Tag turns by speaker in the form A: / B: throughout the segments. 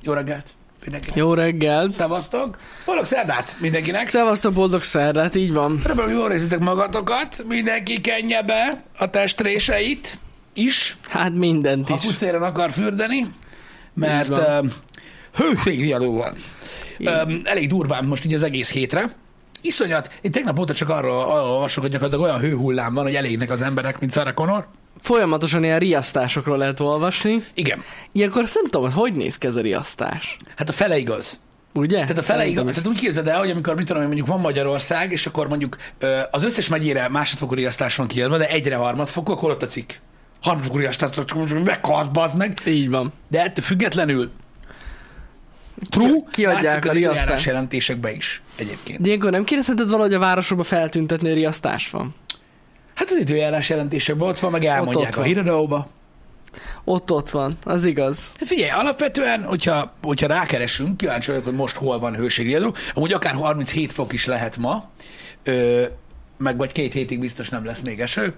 A: Jó reggelt mindenkinek.
B: Jó reggelt!
A: Szevasztok. Boldog szerdát mindenkinek.
B: Szevasztok, boldog szerdát, így van.
A: Remélem, jól érzitek magatokat. Mindenki kenje be a testréseit is,
B: Hát mindent
A: ha
B: is.
A: pucéren akar fürdeni, mert
B: Így van.
A: um, hőségriadó van.
B: Így.
A: Um, elég durván most így az egész hétre. Iszonyat, én tegnap óta csak arról, arról olvasok, hogy gyakorlatilag olyan hőhullám van, hogy elégnek az emberek, mint Sarah Connor.
B: Folyamatosan ilyen riasztásokról lehet olvasni.
A: Igen,
B: Ilyenkor azt nem tudom, hogy hogy néz ki ez a riasztás.
A: hát a fele igaz.
B: Ugye?
A: Tehát a fele igaz. Tehát úgy képzeld el, hogy amikor mit tudom, én, mondjuk van Magyarország, és akkor mondjuk ö, az összes megyére másodfokú riasztás van kiadva, de egyre harmadfokú, akkor ott a cikk. Harmadfokú riasztás, csak most meghalsz, bazd meg.
B: Így van.
A: De ettől függetlenül true,
B: Ki- kiadják
A: látszik
B: a
A: az
B: riasztást.
A: időjárás jelentésekbe is egyébként.
B: De ilyenkor nem kéne szerinted valahogy a városokba feltüntetni, hogy riasztás van?
A: Hát az időjárás jelentésekben ott van, meg elmondják
B: ott
A: a
B: van.
A: híradóba.
B: Ott ott van, az igaz.
A: Hát figyelj, alapvetően, hogyha, hogyha rákeresünk, kíváncsi vagyok, hogy most hol van hőségriadó, amúgy akár 37 fok is lehet ma, ö, meg vagy két hétig biztos nem lesz még eső.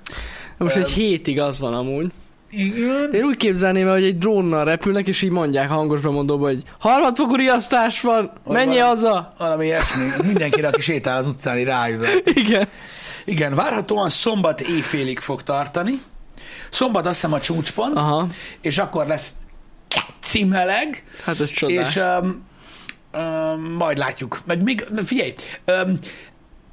B: Most
A: Öm.
B: egy hétig az van amúgy.
A: Igen.
B: Én úgy képzelném el, hogy egy drónnal repülnek, és így mondják hangos bemondóba, hogy harmadfokú riasztás van,
A: Hogy
B: menj
A: van?
B: haza!
A: Valami ilyesmi. Mindenkire, aki sétál az utcán, így rájövök.
B: Igen.
A: Igen, várhatóan szombat éjfélig fog tartani. Szombat azt hiszem a csúcspont, Aha.
B: Aha,
A: és akkor lesz címeleg,
B: hát ez csodás.
A: és um, um, majd látjuk. Meg még, figyelj, um,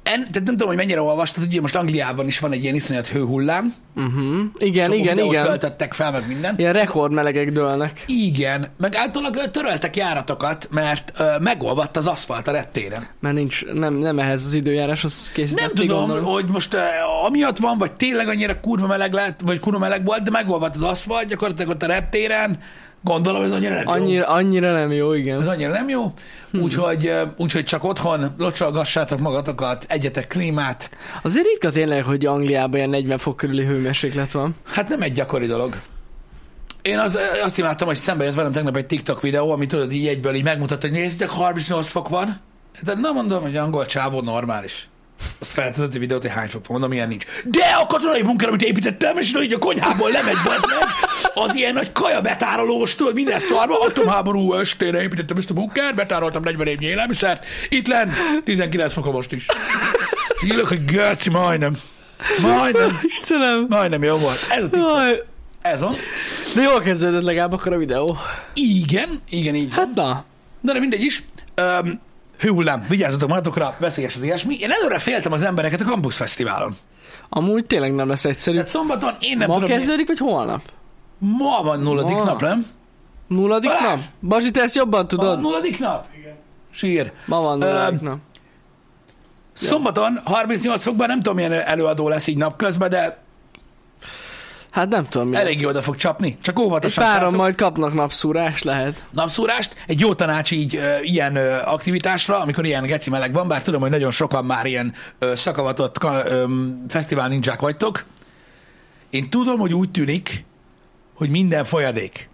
A: en, tehát nem tudom, hogy mennyire olvastad, ugye most Angliában is van egy ilyen iszonyat hőhullám.
B: Uh-huh. Igen,
A: Csomó
B: igen,
A: videót
B: igen.
A: töltöttek fel, meg minden.
B: Ilyen rekordmelegek dőlnek.
A: Igen, meg általában töröltek járatokat, mert uh, megolvadt az aszfalt a reptéren.
B: Mert nincs, nem, nem ehhez az időjárás, az készített.
A: Nem tudom, hogy most uh, amiatt van, vagy tényleg annyira kurva meleg lett, vagy kurva meleg volt, de megolvadt az aszfalt, gyakorlatilag ott a reptéren, gondolom ez annyira nem jó.
B: Annyira, annyira nem jó,
A: Ez
B: igen.
A: annyira nem jó, úgyhogy, uh, úgyhogy csak otthon locsolgassátok magatokat, egyetek klímát.
B: Azért ritka tényleg, hogy Angliában ilyen 40 fok körüli hőmérséklet van.
A: Hát nem egy gyakori dolog. Én az, azt imádtam, hogy szembe jött velem tegnap egy TikTok videó, amit tudod így egyből így megmutatta, hogy nézzétek, 38 fok van. Hát nem mondom, hogy angol csávó normális. Azt feltöltött egy videót, hogy hány fok van, mondom, ilyen nincs. De a katonai bunker, amit építettem, és így a konyhából lemegy bazd meg, az ilyen nagy kaja betárolós, tudod, minden szarva, atomháború estére építettem ezt a bunkert, betároltam 40 évnyi élelmiszert, itt len, 19 fok a most is. Ülök, hogy geci, majdnem. Majdnem.
B: Istenem.
A: Majdnem jó volt. Ez a TikTok.
B: Jaj,
A: Ez van.
B: De jól kezdődött legalább akkor a videó.
A: Igen, igen, így van.
B: Hát na.
A: Na, de mindegy is. Um, hőhullám, vigyázzatok magatokra, veszélyes az ilyesmi. Én előre féltem az embereket a Campus Fesztiválon.
B: Amúgy tényleg nem lesz egyszerű.
A: Tehát szombaton én nem
B: Ma
A: tudom, milyen-
B: kezdődik, vagy holnap?
A: Ma van nulladik
B: Ma.
A: nap, nem?
B: Nulladik
A: Balázs!
B: nap? Bazsi, te ezt jobban
A: Ma van
B: tudod?
A: nulladik nap? Igen. Sír.
B: Ma van nulladik
A: Öm.
B: nap.
A: Szombaton 38 fokban nem tudom, milyen előadó lesz így napközben, de
B: Hát nem tudom mi
A: elég
B: lesz.
A: oda fog csapni. Csak
B: Egy
A: óvatosan.
B: páran
A: srácok.
B: majd kapnak napszúrás, lehet.
A: napszúrást, egy jó tanács így ö, ilyen ö, aktivitásra, amikor ilyen geci meleg van, bár tudom, hogy nagyon sokan már ilyen ö, szakavatott ka- ö, fesztivál nincsák vagytok. Én tudom, hogy úgy tűnik, hogy minden folyadék.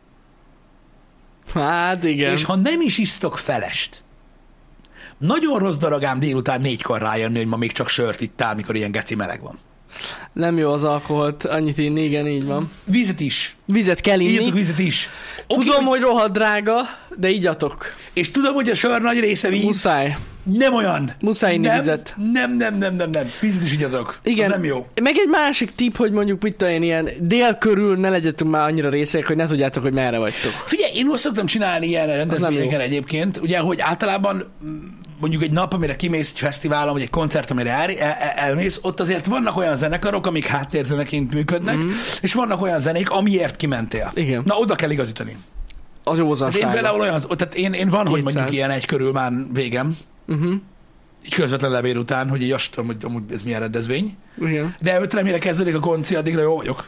B: Hát igen.
A: És ha nem is isztok felest, nagyon rossz daragám délután négykor rájönni, hogy ma még csak sört ittál, mikor ilyen geci meleg van.
B: Nem jó az alkoholt, annyit inni, igen, így van.
A: Vizet is.
B: Vizet kell inni.
A: Ígyatok vizet is. Oké,
B: Tudom, hogy rohadt drága, de igyatok.
A: És tudom, hogy a sör nagy része víz.
B: Muszáj.
A: Nem olyan.
B: Muszáj inni
A: nem,
B: vizet.
A: Nem, nem, nem, nem, nem. Vizet is igyatok. Az
B: Igen.
A: Nem jó.
B: Meg egy másik tipp, hogy mondjuk mit tudom én, ilyen dél körül ne legyetek már annyira részek, hogy ne tudjátok, hogy merre vagytok.
A: Figyelj, én úgy szoktam csinálni ilyen rendezvényeken
B: jó.
A: egyébként, ugye, hogy általában mm, mondjuk egy nap, amire kimész egy fesztiválon, vagy egy koncert, amire el, el, el- elmész, ott azért vannak olyan zenekarok, amik háttérzeneként működnek, mm. és vannak olyan zenék, amiért kimentél.
B: Mhm. Igen.
A: Na, oda kell igazítani.
B: Az
A: Hát én
B: ózanság.
A: például olyan, tehát én, én van, hogy
B: 200.
A: mondjuk ilyen egy körül már végem,
B: Uh-huh.
A: így közvetlen levél után, hogy így azt tudom, hogy amúgy ez milyen rendezvény.
B: Igen.
A: De ötre, mire kezdődik a konci, addigra jó vagyok.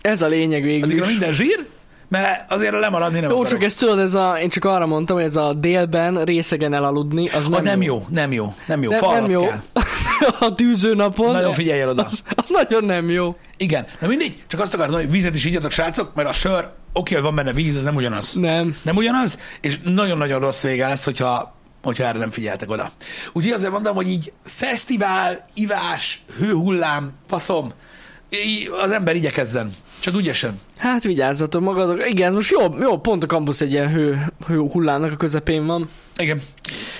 B: Ez a lényeg végül
A: Addigra
B: is.
A: minden zsír, mert azért lemaradni nem
B: Jó,
A: akarok.
B: csak ezt tudod, ez a, én csak arra mondtam, hogy ez a délben részegen elaludni, az
A: Ha
B: nem,
A: Ah, nem jó, nem jó, nem jó.
B: Nem,
A: Fallat
B: nem jó.
A: Kell.
B: a tűző napon.
A: Nagyon figyelj el oda.
B: az, az, nagyon nem jó.
A: Igen, na mindegy, csak azt akartam, hogy vizet is ígyatok, srácok, mert a sör, oké, hogy van benne víz, ez nem ugyanaz.
B: Nem.
A: Nem ugyanaz, és nagyon-nagyon rossz vége lesz, hogyha, hogyha erre nem figyeltek oda. Úgyhogy azért mondom, hogy így fesztivál, ivás, hőhullám, faszom, í- az ember igyekezzen. Csak ügyesen.
B: Hát vigyázzatok magatok. Igen, ez most jó, jó, pont a kampusz egy ilyen hő, hő hullának a közepén van.
A: Igen.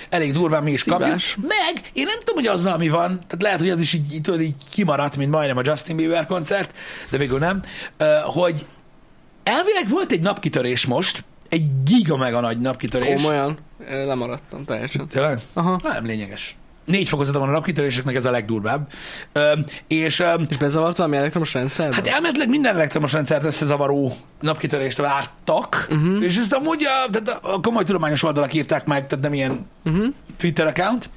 A: Elég durván mi is kapjuk.
B: Szívás.
A: Meg, én nem tudom, hogy azzal mi van, tehát lehet, hogy az is így, így, tudod, így kimaradt, mint majdnem a Justin Bieber koncert, de végül nem, Ö, hogy elvileg volt egy napkitörés most, egy giga meg a nagy napkitörés.
B: Komolyan. Ö, Lemaradtam teljesen.
A: Tényleg?
B: Aha.
A: Na, Nem lényeges. Négy fokozata van a napkitöréseknek, ez a legdurvább. Ö, és ö,
B: És bezavart valami elektromos rendszer?
A: hát elméletileg minden elektromos rendszert összezavaró napkitörést vártak, uh-huh. és ezt amúgy a, tehát a komoly tudományos oldalak írták meg, tehát nem ilyen
B: uh-huh.
A: Twitter account.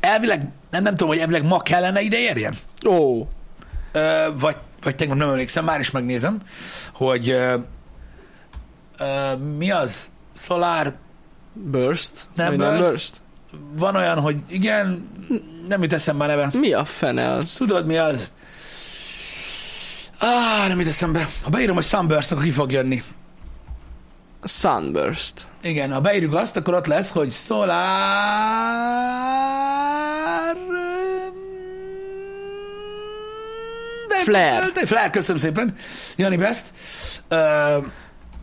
A: Elvileg, nem, nem tudom, hogy elvileg ma kellene ide érjen.
B: Ó,
A: Ö, vagy, vagy tegnap nem emlékszem, már is megnézem, hogy ö, ö, mi az? Solar,
B: burst?
A: Nem
B: Vagy
A: burst. van olyan, hogy igen, nem jut eszembe a neve.
B: Mi a fene az?
A: Tudod, mi az? Ah, nem jut eszembe. Ha beírom, hogy Sunburst, akkor ki fog jönni.
B: Sunburst.
A: Igen, ha beírjuk azt, akkor ott lesz, hogy Solar... De,
B: Flare.
A: De, flare, köszönöm szépen. Jani Best. Ö,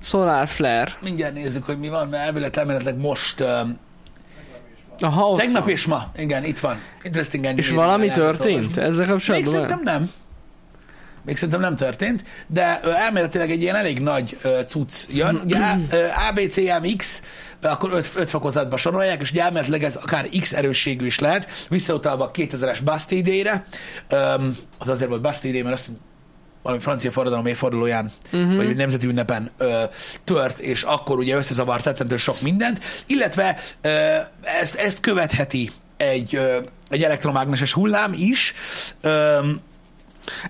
B: Solar flare.
A: mindjárt nézzük, hogy mi van, mert elvileg elmenetleg most... Ö,
B: Aha, ott
A: tegnap
B: van.
A: és ma. Igen, itt van. Interesting
B: És
A: engineering
B: valami
A: ajánlott
B: történt
A: olvasni.
B: ezzel
A: Még
B: kapcsolatban?
A: szerintem nem. Még szerintem nem történt, de ö, elméletileg egy ilyen elég nagy ö, cucc jön. Ugye A- ö, ABCMX, ö, akkor 5, 5 fokozatba sorolják, és ugye elméletileg ez akár X erősségű is lehet, visszautalva a 2000-es Basti idejére. Öm, az azért volt Basti idej, mert azt hiszem, valami francia forradalom évfordulóján, uh-huh. vagy egy nemzeti ünnepen ö, tört, és akkor ugye összezavart rettentő sok mindent, illetve ö, ezt, ezt követheti egy, ö, egy elektromágneses hullám is, ö,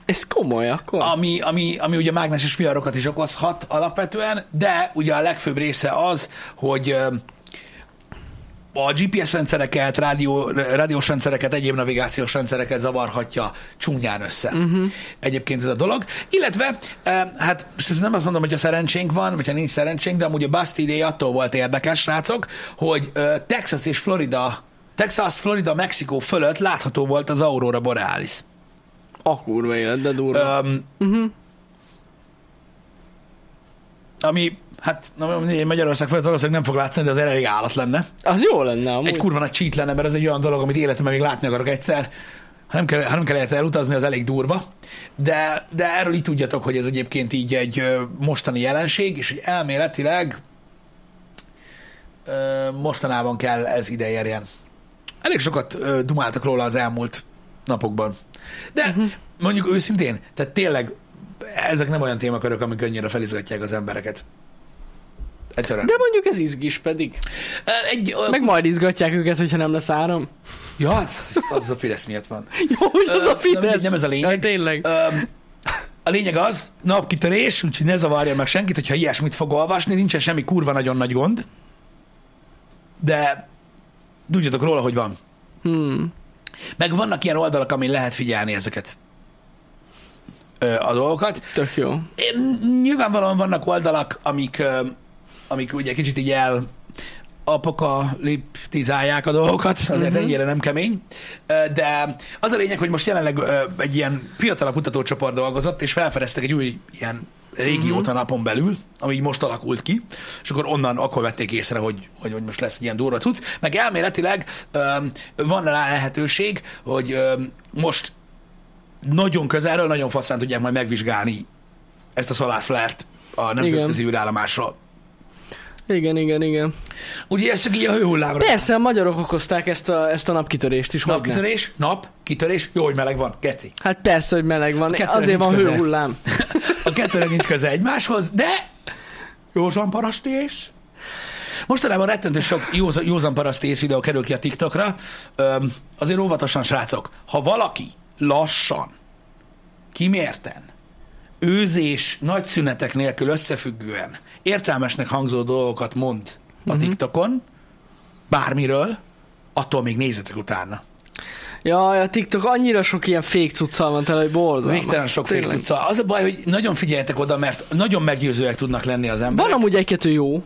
B: Ez komoly akkor?
A: ami, ami, ami ugye mágneses viharokat is okozhat alapvetően, de ugye a legfőbb része az, hogy ö, a GPS rendszereket, rádió, rádiós rendszereket, egyéb navigációs rendszereket zavarhatja csúnyán össze. Uh-huh. Egyébként ez a dolog. Illetve, eh, hát most ezt nem azt mondom, hogy a szerencsénk van, vagy ha nincs szerencsénk, de amúgy a Basti ideje attól volt érdekes, srácok, hogy eh, Texas és Florida, Texas, Florida, Mexikó fölött látható volt az Aurora Borealis.
B: A kurva élet, de durva.
A: Um, uh-huh. Ami, hát na, Magyarország felett valószínűleg nem fog látszani, de az elég állat lenne.
B: Az jó lenne amúgy.
A: Egy kurva nagy cheat lenne, mert ez egy olyan dolog, amit életemben még látni akarok egyszer. Ha nem kell, ha nem kell érte elutazni, az elég durva. De, de erről így tudjatok, hogy ez egyébként így egy ö, mostani jelenség, és hogy elméletileg ö, mostanában kell ez ide érjen. Elég sokat ö, dumáltak róla az elmúlt napokban. De
B: Mhm.
A: uh-huh. mondjuk őszintén, tehát tényleg ezek nem olyan témakörök, amik annyira felizgatják az embereket. Egyszerűen.
B: De mondjuk ez izgis pedig.
A: Ö, egy, ö,
B: Meg majd izgatják őket, hogyha nem lesz áram.
A: Ja, az, az a Fidesz miatt van.
B: Jó, hogy az
A: Ö,
B: a Fidesz.
A: nem, nem ez a lényeg.
B: Ja, tényleg.
A: Öm, a lényeg az, napkitörés, úgyhogy ne zavarja meg senkit, hogyha ilyesmit fog olvasni, nincsen semmi kurva nagyon nagy gond, de tudjatok róla, hogy van.
B: Hmm.
A: Meg vannak ilyen oldalak, amin lehet figyelni ezeket ö, a dolgokat.
B: Tök jó.
A: Én- Nyilvánvalóan vannak oldalak, amik, ö, amik ugye kicsit így el apokaliptizálják a dolgokat, azért uh-huh. ennyire nem kemény, Ö, de az a lényeg, hogy most jelenleg ö, egy ilyen fiatalabb kutatócsoport dolgozott, és felfedeztek egy új ilyen régiót a napon belül, ami így most alakult ki, és akkor onnan akkor vették észre, hogy, hogy, hogy most lesz egy ilyen durva cucc, meg elméletileg ö, van rá lehetőség, hogy ö, most nagyon közelről, nagyon faszán tudják majd megvizsgálni ezt a Solar Flare-t a nemzetközi űrállomásról.
B: Igen, igen, igen.
A: Ugye ez csak így a hőhullámra.
B: Persze, a magyarok okozták ezt a, ezt a napkitörést is. Nap
A: Napkitörés, nap, kitörés, jó, hogy meleg van, keci.
B: Hát persze, hogy meleg van.
A: kettőnek
B: Azért
A: nincs
B: van
A: köze.
B: hőhullám.
A: A kettőnek nincs köze egymáshoz, de józan paraszti és... Mostanában rettentő sok józa- józan paraszti ész videó kerül ki a TikTokra. Öm, azért óvatosan, srácok, ha valaki lassan, kimérten, őzés nagy szünetek nélkül összefüggően értelmesnek hangzó dolgokat mond a TikTokon, bármiről, attól még nézzetek utána.
B: Jaj, a TikTok annyira sok ilyen fake cuccal van tele, hogy borzalmas.
A: Végtelen sok
B: Tényleg.
A: félcucca. Az a baj, hogy nagyon figyeljetek oda, mert nagyon meggyőzőek tudnak lenni az emberek.
B: Van amúgy egy-kettő jó.
A: Van,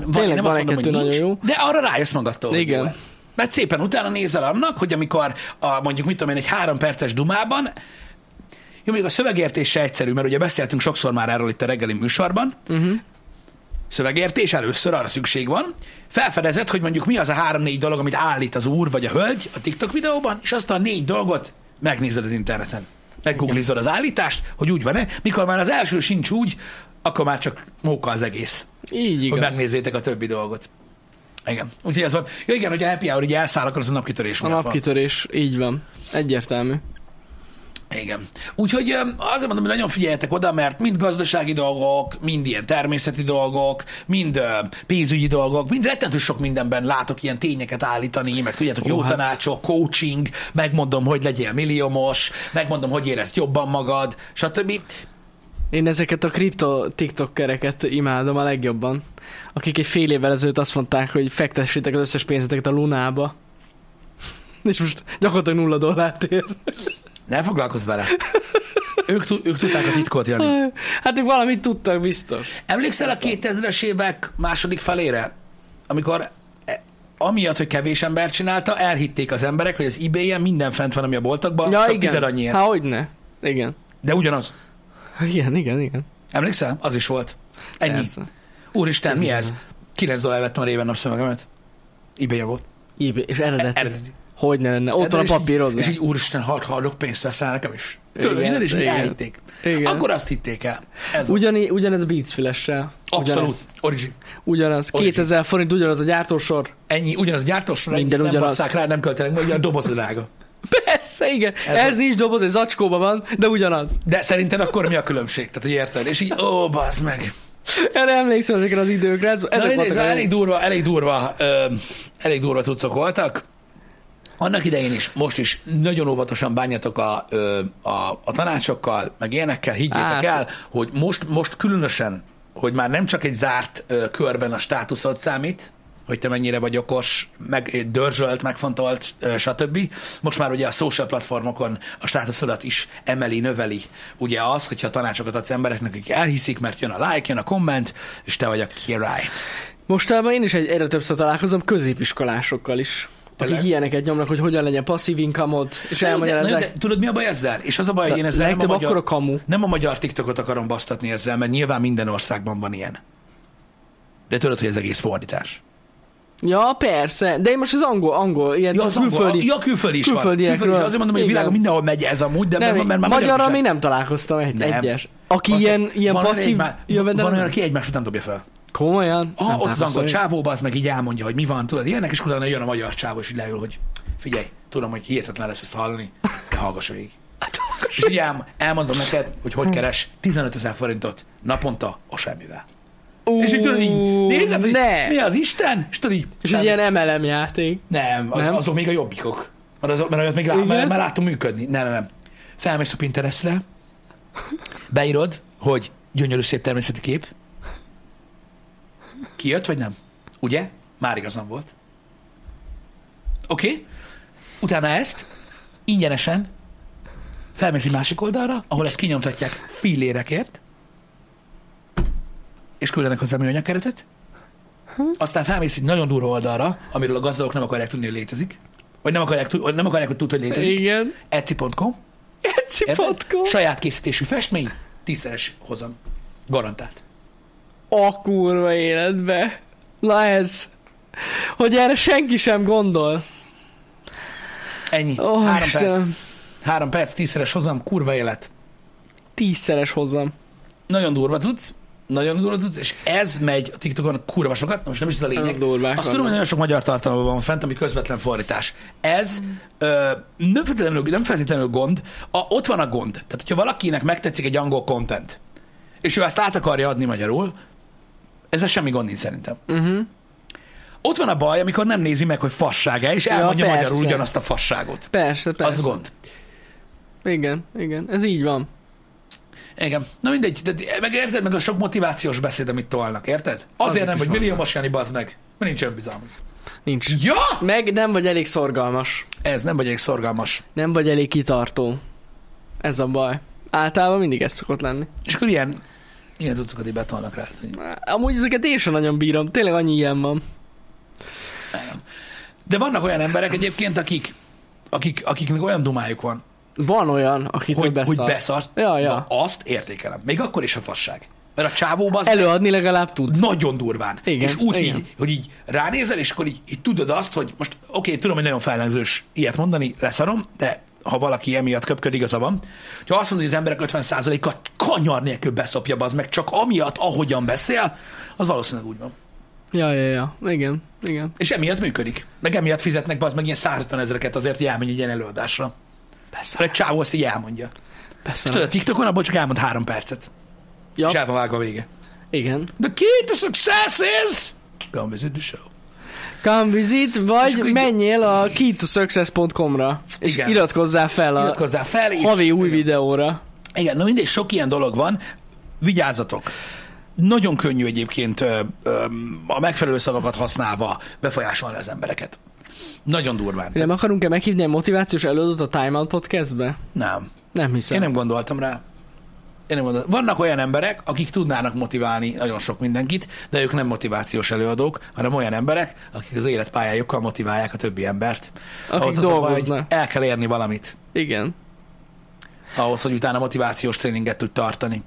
A: van,
B: Tényleg
A: én nem
B: van
A: azt mondom, hogy
B: egy-kettő
A: nincs,
B: nagyon jó.
A: de arra rájössz magadtól, hogy
B: Igen.
A: jó-e. Mert szépen utána nézel annak, hogy amikor a, mondjuk, mit tudom én, egy három perces dumában Jó, mondjuk a szövegértése egyszerű, mert ugye beszéltünk sokszor már erről itt a reggeli műsorban.
B: Uh-huh.
A: Szövegértés először arra szükség van. Felfedezed, hogy mondjuk mi az a három-négy dolog, amit állít az úr vagy a hölgy a TikTok videóban, és azt a négy dolgot megnézed az interneten. Meggooglizod az állítást, hogy úgy van-e. Mikor már az első sincs úgy, akkor már csak móka az egész.
B: Így
A: Igaz. Hogy
B: igaz.
A: megnézzétek a többi dolgot. Igen. Úgyhogy ez van. Ja, igen, hogy a happy hour ugye elszáll, akkor az a napkitörés
B: A
A: miatt van.
B: napkitörés, így van. Egyértelmű.
A: Igen. Úgyhogy öm, azért mondom, hogy nagyon figyeljetek oda, mert mind gazdasági dolgok, mind ilyen természeti dolgok, mind öm, pénzügyi dolgok, mind rettentő sok mindenben látok ilyen tényeket állítani, meg tudjátok,
B: Ó,
A: jó
B: hát.
A: tanácsok, coaching, megmondom, hogy legyél milliómos, megmondom, hogy érezd jobban magad, stb.
B: Én ezeket a kripto TikTokereket imádom a legjobban. Akik egy fél évvel ezelőtt azt mondták, hogy fektessétek az összes pénzeteket a Lunába. És most gyakorlatilag nulla dollárt ér.
A: Ne foglalkozz vele. Ők, tu- ők tudták a titkot, Jani.
B: Hát ők valamit tudtak, biztos.
A: Emlékszel a 2000-es évek második felére, amikor e, amiatt, hogy kevés ember csinálta, elhitték az emberek, hogy az ebay-en minden fent van, ami a boltokban, ja, csak igen. tized annyiért.
B: Há, hogy ne. Igen.
A: De ugyanaz.
B: Igen, igen, igen.
A: Emlékszel? Az is volt. Ennyi. Persze.
B: Persze.
A: Úristen,
B: Ez
A: mi
B: is
A: ez?
B: van.
A: 9 dollár vettem a réven napszövegemet. ebay volt.
B: Így, és eredeti.
A: Eredeti.
B: Hogy ne lenne? Ott van
A: És
B: a
A: így-
B: papírod.
A: És így, úristen, halt hallok, pénzt veszel nekem is.
B: Igen,
A: Tudod, minden is így
B: igen.
A: elhitték.
B: Igen.
A: Akkor azt hitték el. Ez Ugyan,
B: Ugyani, ugyanez a Beats Flash-sel.
A: abszolút.
B: Ugyanez.
A: Origin.
B: ugyanaz.
A: Origin.
B: 2000 forint, ugyanaz a gyártósor.
A: Ennyi, ugyanaz a gyártósra,
B: Minden
A: nem
B: ugyanaz.
A: basszák rá, nem költenek, mert ugye a doboz a drága.
B: Persze, igen. Ez,
A: Ez
B: ez is doboz, ez zacskóban van, de ugyanaz.
A: De szerinted akkor mi a különbség? Tehát, hogy érted? És így, ó, bazd meg.
B: Erre emlékszem ezekre az időkre. Ez,
A: Na,
B: ezek
A: mindegy,
B: voltak a-
A: elég durva, elég durva, ö, elég durva cuccok voltak. Annak idején is, most is nagyon óvatosan bánjatok a, ö, a, a tanácsokkal, meg ilyenekkel, higgyétek
B: Hát.
A: el, hogy most, most különösen, hogy már nem csak egy zárt ö, körben a státuszod számít, hogy te mennyire vagy okos, meg dörzsölt, megfontolt, ö, stb. Most már ugye a social platformokon a státuszodat is emeli, növeli. Ugye az, hogyha tanácsokat adsz embereknek, akik elhiszik, mert jön a like, jön a komment, és te vagy a király.
B: Mostában én is egy, egyre többször találkozom középiskolásokkal is. Akik
A: Tényleg?
B: ilyeneket nyomnak, hogy hogyan legyen passzív income és
A: Na jó, de- na jó,
B: elmagyarázzák.
A: de Tudod, mi a baj ezzel? És az a baj, hogy én ezzel nem a,
B: Legtöbb akkor
A: magyar,
B: a kamu.
A: nem a magyar TikTokot akarom basztatni ezzel, mert nyilván minden országban van ilyen. De tudod, hogy ez egész fordítás.
B: Ja, persze, de én most az angol, angol, ilyen
A: Ja, az külföldi, angol, ja, külföldi is van.
B: külföldiekről.
A: Külföldi is. Azért mondom, hogy a
B: Igen.
A: világon mindenhol megy ez amúgy, de
B: nem,
A: mert, mert már
B: magyarra
A: magyarok is
B: még
A: el-
B: nem találkoztam egy,
A: Nem.
B: egyes. Aki
A: Azt-
B: ilyen, ilyen
A: van olyan
B: passzív
A: egymá-
B: jövedelem.
A: Van olyan, aki egymás után dobja fel.
B: Komolyan?
A: Ah, ott az
B: találkoztam
A: angol
B: még.
A: csávóba, az meg így elmondja, hogy mi van, tudod, ilyenek, és utána jön a magyar csávó, és így leül, hogy figyelj, tudom, hogy hihetetlen lesz ezt hallani, de hallgass végig. És így el, elmondom neked, hogy hogy keres 15 ezer forintot naponta a semmivel.
B: Ú,
A: És így tudod, így nézed, hogy
B: ne.
A: mi az Isten, és tudod így...
B: És egy ilyen MLM játék.
A: nem, az,
B: Nem?
A: azok még a jobbikok. Mert, azok, mert olyat még lá,
B: Igen?
A: mert, mert láttam működni. Nem, nem, nem. Felmész a Pinterestre, beírod, hogy gyönyörű szép természeti kép. Kijött, vagy nem? Ugye? Már igazam volt. Oké? Okay? Utána ezt ingyenesen felmész egy másik oldalra, ahol ezt kinyomtatják fillérekért, és küldenek hozzá műanyagkeretet, aztán felmész egy nagyon durva oldalra, amiről a gazdagok nem akarják tudni, hogy létezik, vagy nem akarják, tud- nem akarják hogy tud, hogy létezik.
B: Igen.
A: Etsy.com, Hát érted?
B: Ecipatko.
A: saját készítésű festmény, tízszeres hozam. Garantált.
B: A kurva életbe. Na ez. Hogy erre senki sem gondol.
A: Ennyi.
B: Ó,
A: Három perc.
B: Istenem.
A: Három perc, tízszeres hozam, kurva élet.
B: Tízszeres hozzam.
A: Nagyon durva cucc, nagyon durva cucc, és ez megy a TikTokon kurva sokat, most nem is ez a lényeg.
B: Nagyon
A: Azt
B: durvák
A: tudom, hogy
B: vannak.
A: nagyon sok magyar tartalom van fent, ami közvetlen fordítás. Ez ö, nem, feltétlenül, nem feltétlenül gond, a, ott van a gond. Tehát, hogyha valakinek megtetszik egy angol content, és ő ezt át akarja adni magyarul, ezzel semmi gond nincs szerintem.
B: Uh-huh.
A: Ott van a baj, amikor nem nézi meg, hogy fassága, és elmondja
B: persze.
A: magyarul ugyanazt a fasságot.
B: Persze, persze.
A: Az gond.
B: Igen, igen. Ez így van.
A: Igen. Na mindegy, de meg érted meg a sok motivációs beszéd, amit tolnak, érted? Azért nem,
B: Azok is
A: hogy
B: vannak.
A: milliómos Jani, bazd meg. Mert nincs önbizalmunk.
B: Nincs.
A: Ja!
B: Meg nem vagy elég szorgalmas.
A: Ez nem vagy elég szorgalmas.
B: Nem vagy elég kitartó. Ez a baj. Általában mindig ez szokott lenni.
A: És akkor ilyen, ilyen cuccokat így betolnak rá. hát, hogy-
B: Amúgy ezeket én sem nagyon bírom. Tényleg annyi ilyen van.
A: De vannak olyan emberek egyébként, akik, akik, akiknek olyan dumájuk van,
B: Van olyan, akitől
A: hogy,
B: beszart.
A: hogy beszarsz,
B: Ja, ja.
A: na azt értékelem. Még akkor is a fasság. Mert a csávóban az
B: Előadni legalább tud.
A: nagyon durván.
B: Igen,
A: és úgy,
B: igen.
A: Így, hogy így ránézel, és akkor így, így tudod azt, hogy most oké, tudom, hogy nagyon fellenzős ilyet mondani, leszarom, de ha valaki emiatt köpköd, igaza van. Ha azt mondod, hogy az emberek 50%-a kanyar nélkül beszopja, az meg csak amiatt, ahogyan beszél, az valószínűleg úgy van.
B: Ja, ja, ja. Igen, igen.
A: És emiatt működik. Meg emiatt fizetnek be az meg ilyen 150 ezereket azért, hogy elmenj egy ilyen előadásra. Mert
B: Beszarok.
A: egy csávó azt így elmondja. És tudod, a
B: Beszarok.
A: TikTokon abból csak elmond három percet.
B: Ja,
A: És el van vágva a vége.
B: igen.
A: The key to success is... Come visit the show.
B: Come visit,
A: És
B: vagy
A: akkor így-
B: menjél a keytosuccess.com-ra. És
A: Igen.
B: iratkozzál fel a
A: Iratkozzál fel, és...
B: havi új videóra.
A: Igen, na mindegy, sok ilyen dolog van. Vigyázzatok! Nagyon könnyű egyébként ö, ö, a megfelelő szavakat használva befolyásolni az embereket. Nagyon durván.
B: Nem akarunk-e meghívni egy motivációs előadót a Time Out Podcastbe?
A: Nem.
B: Nem hiszem.
A: Én nem gondoltam rá. Én nem gondoltam. Vannak olyan emberek, akik tudnának motiválni nagyon sok mindenkit, de ők nem motivációs előadók, hanem olyan emberek, akik az életpályájukkal motiválják a többi embert.
B: Akik
A: az a baj, hogy
B: dolgoznak.
A: el kell érni valamit,
B: Igen.
A: ahhoz, hogy utána motivációs tréninget tud tartani.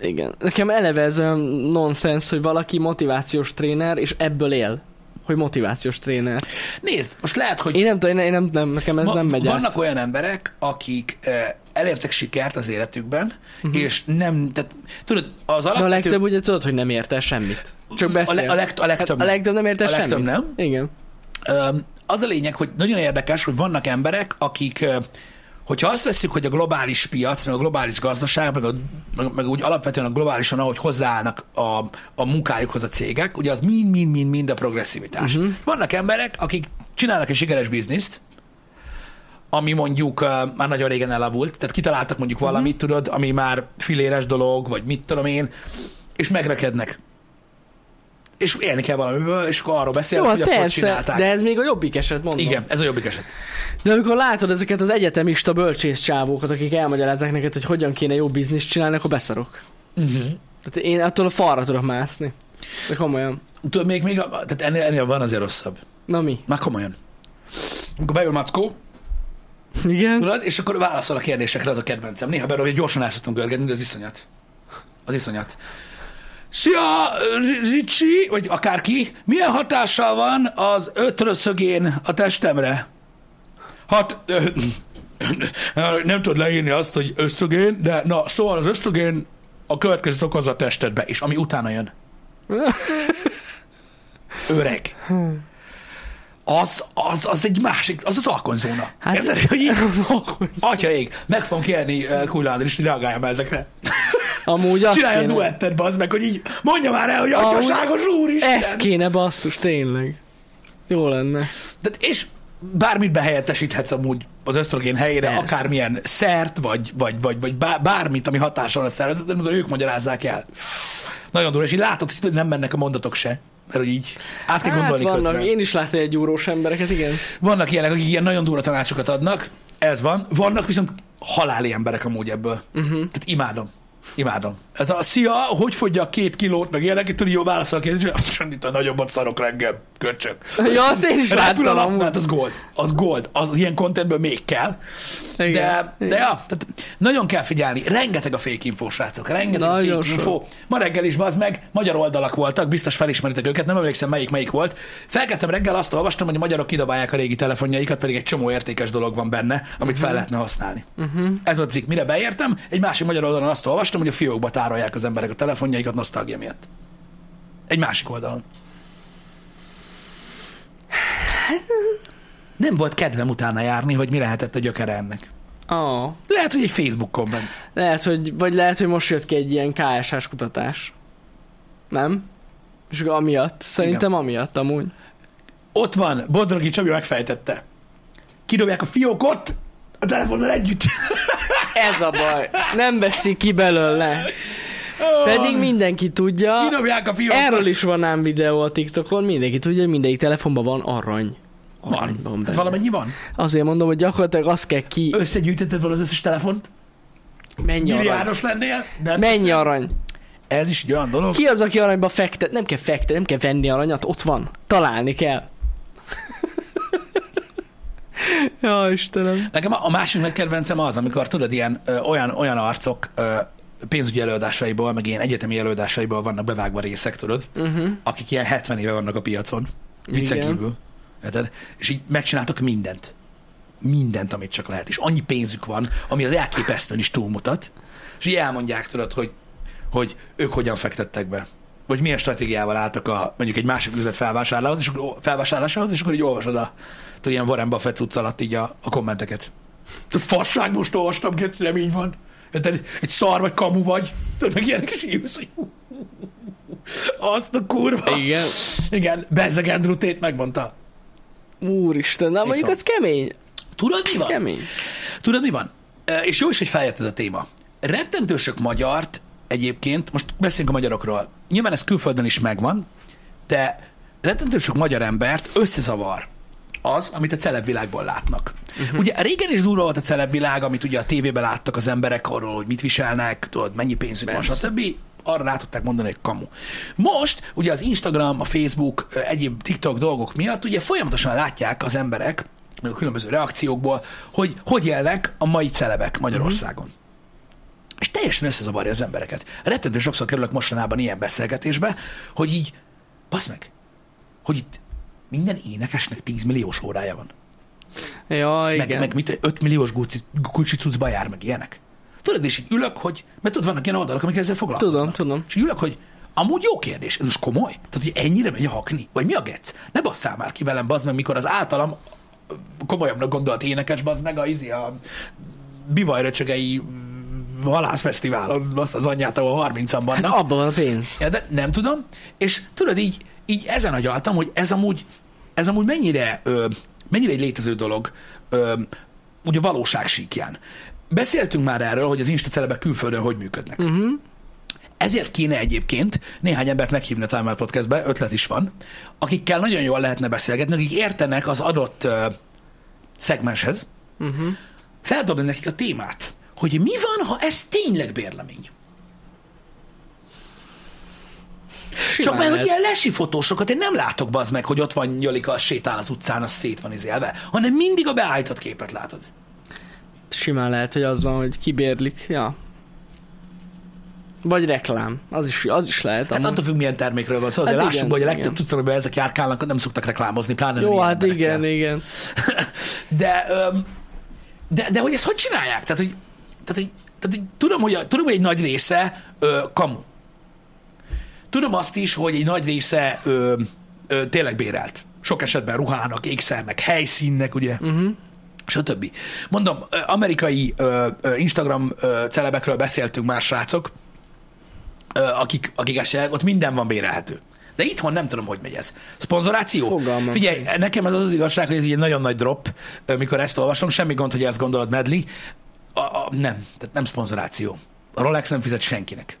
B: Igen. Nekem eleve ez olyan nonsens, hogy valaki motivációs tréner, és ebből él. Hogy motivációs tréner.
A: Nézd, most lehet, hogy
B: Én nem tudom, én én nem, nem nekem ez
A: Ma-
B: nem megy át.
A: Vannak olyan emberek, akik eh, elértek sikert az életükben, uh-huh. és nem, tehát tudod, az
B: Mhm. De a
A: alapvető...
B: legtöbb ugye tudod, hogy nem ért el semmit. Csak
A: a,
B: beszél.
A: le, a, legt, a
B: hát,
A: legtöbb
B: a legtöbb nem ért el
A: A
B: semmit.
A: legtöbb nem.
B: Igen.
A: Öm, az a lényeg, hogy nagyon érdekes, hogy vannak emberek, akik, ö, hogyha azt veszük, hogy a globális piac, meg a globális gazdaság, meg, a, meg, meg úgy alapvetően a globálisan, ahogy hozzáállnak a, a munkájukhoz a cégek, ugye az mind-mind-mind a progresszivitás.
B: Mhm.
A: Uh-huh. Vannak emberek, akik csinálnak egy sikeres bizniszt, ami mondjuk ö, már nagyon régen elavult, tehát kitaláltak mondjuk
B: Mhm.
A: valamit, uh-huh. tudod, ami már filéres dolog, vagy mit tudom én, és megrekednek. És élni kell valamiből, és akkor arról
B: Jó,
A: beszélnek,
B: hát
A: hogy azt hogy
B: persze,
A: csinálták.
B: de ez még a jobbik eset, mondom.
A: Igen, ez a jobbik eset.
B: De amikor látod ezeket az egyetemista bölcsész csávókat, akik elmagyarázzák neked, hogy hogyan kéne jó bizniszt csinálni, akkor beszarok.
A: Uh-huh.
B: Tehát én attól a falra tudok mászni. De komolyan.
A: Tudod, még, még a, tehát ennél, ennél van azért rosszabb.
B: Na mi?
A: Már komolyan. Amikor bejön Mackó,
B: Igen?
A: tudod, és akkor válaszol a kérdésekre, az a kedvencem. Néha berobja, gyorsan el szoktam görgetni, de az iszonyat. Az iszonyat. Szia, Ricsi, vagy akárki, milyen hatással van az ötröszögén a testemre? Hát, ö, ö, nem tudod leírni azt, hogy ösztrogén, de na, szóval az ösztrogén a következőt okoz a testedbe, és ami utána jön. Öreg. Az, az, az egy másik, az az alkonzóna. Hát,
B: Hát-
A: Érted, hogy így,
B: Az okos.
A: Atya ég, meg fogom kérni uh, Kujla Andrist, hogy reagáljam ezekre.
B: Amúgy azt
A: Csinálja a
B: kéne.
A: duettet, bazd meg, hogy így mondja már el, hogy atyaságos úristen.
B: Ez kéne basszus, tényleg. Jó lenne.
A: Tehát és bármit behelyettesíthetsz amúgy az ösztrogén helyére,
B: Persze.
A: akármilyen szert, vagy, vagy, vagy, vagy bá- bármit, ami hatással van a szervezetre, amikor ők magyarázzák el. Nagyon durva, és így látod, hogy nem mennek a mondatok se. Mert hogy így át kell
B: Hát
A: gondolni
B: vannak,
A: közben.
B: én is láttam egy gyúrós embereket, igen.
A: Vannak ilyenek, akik ilyen nagyon durva tanácsokat adnak, ez van. Vannak viszont haláli emberek amúgy ebből.
B: Mhm.
A: Uh-huh. Tehát imádom. Imádom. Ez a szia, hogy fogyja a két kilót, meg ilyenek, itt tudod, jó válaszol a kérdés, hogy itt a nagyobbat szarok reggel, köcsök.
B: Ja, azt én is
A: Repül a
B: láttam
A: nap,
B: amúgy.
A: hát az gold. Az gold. Az ilyen contentből még kell.
B: igen.
A: De, de ja, tehát nagyon kell figyelni. Rengeteg a fake info, srácok. Rengeteg nagyon
B: Nagyon
A: fake info. Ma reggel is, bazd meg, magyar oldalak voltak, biztos felismeritek őket, nem emlékszem melyik melyik volt. Felkeltem reggel, azt olvastam, hogy a magyarok kidobálják a régi telefonjaikat, pedig egy csomó értékes dolog van benne, amit fel lehetne használni. Uh-huh. Ez volt a cikk. Mire beértem, egy másik magyar oldalon azt olvastam, hogy a fiókba tárolják az emberek a telefonjaikat nosztalgia miatt. Egy másik oldalon. Nem volt kedvem utána járni, hogy mi lehetett a gyökere ennek.
B: Oh.
A: Lehet, hogy egy Facebook komment.
B: Lehet, hogy, vagy lehet, hogy most jött ki egy ilyen KSH-s kutatás. Nem? És akkor amiatt, szerintem amiatt amúgy.
A: Ott van, Bodrogi Csabi megfejtette. Kidobják a fiókot a telefonnal együtt.
B: Ez a baj. Nem veszik ki belőle. Pedig mindenki tudja.
A: Kidobják a fiókot.
B: Erről is van ám videó a TikTokon, mindenki tudja, hogy mindegyik telefonban van arany.
A: Van.
B: van
A: Hát
B: benne.
A: valamennyi van.
B: Azért mondom, hogy gyakorlatilag azt kell ki,
A: Összegyűjtetted volna az összes telefont.
B: mennyi arany.
A: Milliárdos lennél. hát Nem
B: Mennyi
A: hiszem.
B: arany.
A: Ez is egy olyan dolog.
B: Ki az, aki aranyba fektet? Nem kell fektet, nem kell venni aranyat, ott van. Találni kell. Ja, Istenem.
A: Nekem a, a másik nagy kedvencem az, amikor tudod, ilyen ö, olyan, olyan arcok ö, pénzügyi előadásaiból, meg ilyen egyetemi előadásaiból vannak bevágva részek, tudod,
B: Uh-huh.
A: akik ilyen 70 éve vannak a piacon. Viccen
B: Igen.
A: kívül. Érted? És így megcsináltak mindent. Mindent, amit csak lehet. És annyi pénzük van, ami az elképesztően is túlmutat. És így elmondják, tudod, hogy, hogy ők hogyan fektettek be. Vagy milyen stratégiával álltak a, mondjuk egy másik üzlet felvásárlásához, és akkor, felvásárlásához, és akkor így olvasod a, tudod, ilyen Warren Buffett cucc alatt így a, a kommenteket. Tudod, fasság, most olvastam, Geci, nem így van. Érted? Egy szar vagy kamu vagy. Tudod, meg ilyenek is így ülsz, hogy hú, hú, hú, hú. azt a kurva.
B: Igen.
A: Igen, bezzeg Andrew Tate megmondta.
B: Úristen, na mondjuk
A: on.
B: az kemény.
A: Tudod, mi
B: Az
A: van?
B: kemény.
A: Tudod, mi van? E, És jó is, hogy feljött ez a téma. Rettentő sok magyart egyébként, most beszéljünk a magyarokról. Nyilván ez külföldön is megvan, de rettentő sok magyar embert összezavar az, amit a celeb világból látnak. Uh-huh. Ugye régen is durva volt a celeb világ, amit ugye a tévében láttak az emberek arról, hogy mit viselnek, tudod, mennyi pénzük van,
B: Persze.
A: stb. Arra rá tudták mondani, hogy kamu. Most ugye az Instagram, a Facebook, ö, egyéb TikTok dolgok miatt ugye folyamatosan látják az emberek meg a különböző reakciókból, hogy hogy élnek a mai celebek Magyarországon. Uh-huh és teljesen összezavarja az embereket. Rettentő sokszor kerülök mostanában ilyen beszélgetésbe, hogy így, basz meg, hogy itt minden énekesnek 10 milliós órája van.
B: Ja, igen.
A: Meg, meg mit, 5 milliós guci- kulcsi cuccba jár, meg ilyenek. Tudod, és így ülök, hogy, mert tudod, vannak ilyen oldalak, amik ezzel foglalkoznak.
B: Tudom, tudom.
A: És így ülök, hogy amúgy jó kérdés, ez most komoly. Tehát, hogy ennyire megy a hakni, vagy mi a gec? Ne basszál már ki velem, bazd meg, mikor az általam komolyabbnak gondolt énekes, bazd meg a, izi, a bivajröcsögei mm, halászfesztiválon, azt az anyját, ahol 30-an vannak.
B: Hát abban van a pénz.
A: Ja, de nem tudom. És tudod, így, így ezen agyaltam, hogy ez amúgy, ez amúgy mennyire, ö, mennyire egy létező dolog, ö, ugye valóság síkján. Beszéltünk már erről, hogy az Insta celebek külföldön hogy működnek. Uh-huh. Ezért kéne egyébként néhány embert meghívni a Time Out Podcastbe, ötlet is van, akikkel nagyon jól lehetne beszélgetni, akik értenek az adott ö, szegmenshez,
B: Uh-huh.
A: feldobni nekik a témát, hogy mi van, ha ez tényleg bérlemény. Csak mert, hogy
B: lehet.
A: ilyen lesi fotósokat én nem látok, bazd meg, hogy ott van Jolika, az sétál az utcán, az szét van izélve, hanem mindig a beállított képet látod.
B: Simán lehet, hogy az van, hogy kibérlik. Ja. Vagy reklám. Az is, az is lehet.
A: Hát
B: amúgy.
A: attól függ, milyen termékről van szó. Azért
B: Hát
A: hát
B: igen,
A: lássuk, be, hogy a legtöbb
B: igen.
A: tudsz, amiben ezek járkálnak, nem szoktak reklámozni, pláne nem
B: Jó,
A: ilyen
B: hát
A: emberekkel.
B: igen, igen.
A: De, öm, de, de hogy ezt hogy csinálják? Tehát, hogy, tehát, hogy, tehát, hogy tudom, hogy a, tudom, hogy egy nagy része ö, kamu. Tudom azt is, hogy egy nagy része ö, ö, tényleg bérelt. Sok esetben ruhának, ékszernek, helyszínnek, ugye? Uh-huh. Stb. Mondom, ö, amerikai ö, ö, Instagram ö, celebekről beszéltünk már, srácok, ö, akik, akik esetleg, ott minden van bérelhető. De itthon nem tudom, hogy megy ez. Szponzoráció?
B: Fogalmam
A: Figyelj, nekem ez az az igazság, hogy ez egy nagyon nagy drop, ö, mikor ezt olvasom. Semmi gond, hogy ezt gondolod, Medli. A, a, nem, tehát nem szponzoráció. A Rolex nem fizet senkinek.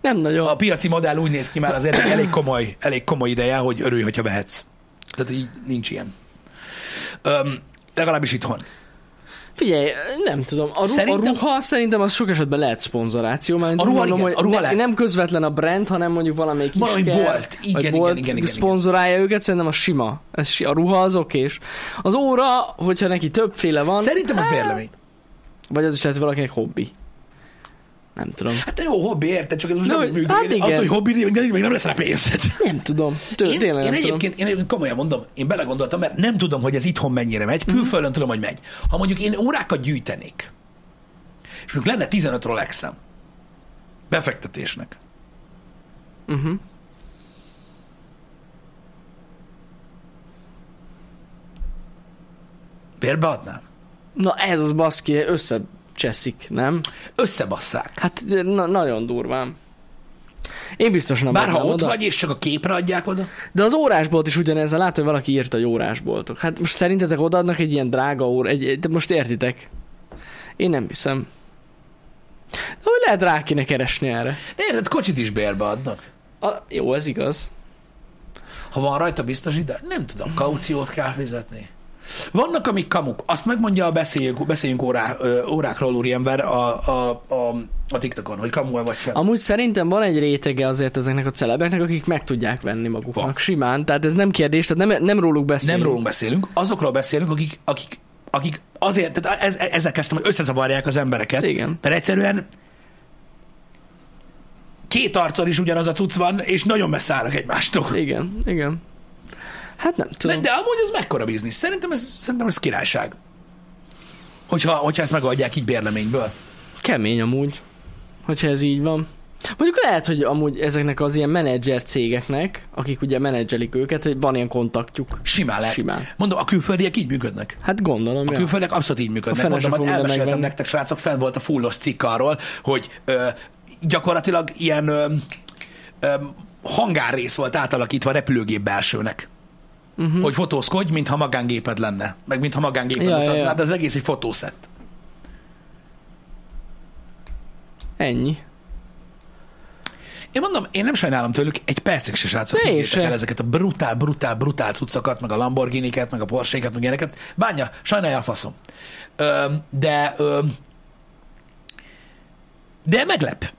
B: Nem nagyon.
A: A piaci modell úgy néz ki már azért, hogy elég komoly, elég komoly ideje, hogy örülj, hogyha vehetsz. Tehát hogy így nincs ilyen. Öm, legalábbis itthon.
B: Figyelj, nem tudom. A, ru- szerintem...
A: Szerintem-
B: a ruha szerintem az sok esetben lehet szponzoráció. Már
A: A ruha igen,
B: hogy
A: a ruha
B: ne-
A: lehet.
B: nem közvetlen a brand, hanem mondjuk valamelyik
A: Valami
B: isker,
A: bolt. Igen,
B: vagy
A: igen,
B: bolt
A: igen, igen, igen.
B: szponzorálja őket, szerintem a sima. Ez, si- a ruha az okés. Az óra, hogyha neki többféle van,
A: Szerintem az bérlemény.
B: vagy az is lehet valakinek hobbi. Nem tudom.
A: Hát de jó hobbi, érted? Csak ez most
B: De
A: nem
B: hogy-
A: úgy működik.
B: hát igen.
A: Attól, hogy hobbi, még nem, még nem lesz rá pénzed.
B: Nem tudom. Tő,
A: Én,
B: tényleg
A: én,
B: nem tudom.
A: egyébként, én egyébként komolyan mondom, én belegondoltam, mert nem tudom, hogy ez itthon mennyire megy,
B: Mhm.
A: külföldön tudom, hogy megy. Ha mondjuk én órákat gyűjtenék, és mondjuk lenne 15 Rolexem, befektetésnek,
B: Uh-huh.
A: bérbeadnám?
B: Na ez az baszki, összecseszik, nem?
A: Összebasszák.
B: Hát na- nagyon durván. Én biztos nem
A: Bár ha
B: adnám
A: ott
B: oda.
A: vagy, és csak a képre adják oda,
B: De az órásbolt is ugyanez, látod, hogy valaki írta, hogy órásboltok. Hát most szerintetek odaadnak egy ilyen drága óra, egy, egy, de most értitek? Én nem hiszem. De hogy lehet rá kéne keresni erre?
A: de érted, kocsit is bérbe adnak.
B: A, jó, ez igaz.
A: Ha van rajta biztosítás, nem tudom, kauciót kell fizetni. Vannak, amik kamuk. Azt megmondja a beszéljünk, beszéljünk órá, ö, órákról úriember a, a, a, a TikTokon, hogy kamu vagy sem.
B: Amúgy szerintem van egy rétege azért ezeknek a celebeknek, akik meg tudják venni maguknak
A: Van.
B: simán, tehát ez nem kérdés, tehát nem, nem róluk beszélünk.
A: Nem rólunk beszélünk, azokról beszélünk, akik, akik, akik azért, tehát ez, e, ezzel kezdtem, hogy összezavarják az embereket.
B: Igen.
A: Mert egyszerűen két arcon is ugyanaz a cucc van, és nagyon messze állnak egymástól.
B: Igen, igen. Hát nem tudom.
A: De, de amúgy ez mekkora biznisz? Szerintem ez, szerintem ez királyság. Hogyha, hogyha ezt megoldják így bérleményből.
B: Kemény amúgy, hogyha ez így van. Mondjuk lehet, hogy amúgy ezeknek az ilyen menedzser cégeknek, akik ugye menedzselik őket, hogy van ilyen kontaktjuk.
A: Simán lehet.
B: Simán.
A: Mondom, a külföldiek így működnek.
B: Hát gondolom,
A: A
B: ja.
A: külföldiek abszolút így
B: A
A: működnek.
B: fene
A: Mondom,
B: se
A: hát
B: fogja
A: elmeséltem
B: megvenni.
A: nektek, srácok, fenn volt a fullos cikk arról, hogy ö, gyakorlatilag ilyen ö, ö, hangárrész volt átalakítva repülőgép belsőnek. Uh-huh. Hogy fotózkodj, mintha magángéped lenne. Meg mintha magángéped
B: Mhm. Ja,
A: ja,
B: ja,
A: utaznál,
B: ja.
A: de az egész egy fotószett.
B: Ennyi.
A: Én mondom, én nem sajnálom tőlük, egy percig se srácok
B: Ne, én
A: higgyétek
B: se.
A: el ezeket a brutál, brutál, brutál cuccokat, meg a Lamborghiniket, meg a Porsche-ket, meg ilyeneket. Bánja, sajnálja a faszom. Öm, de öm, de meglep.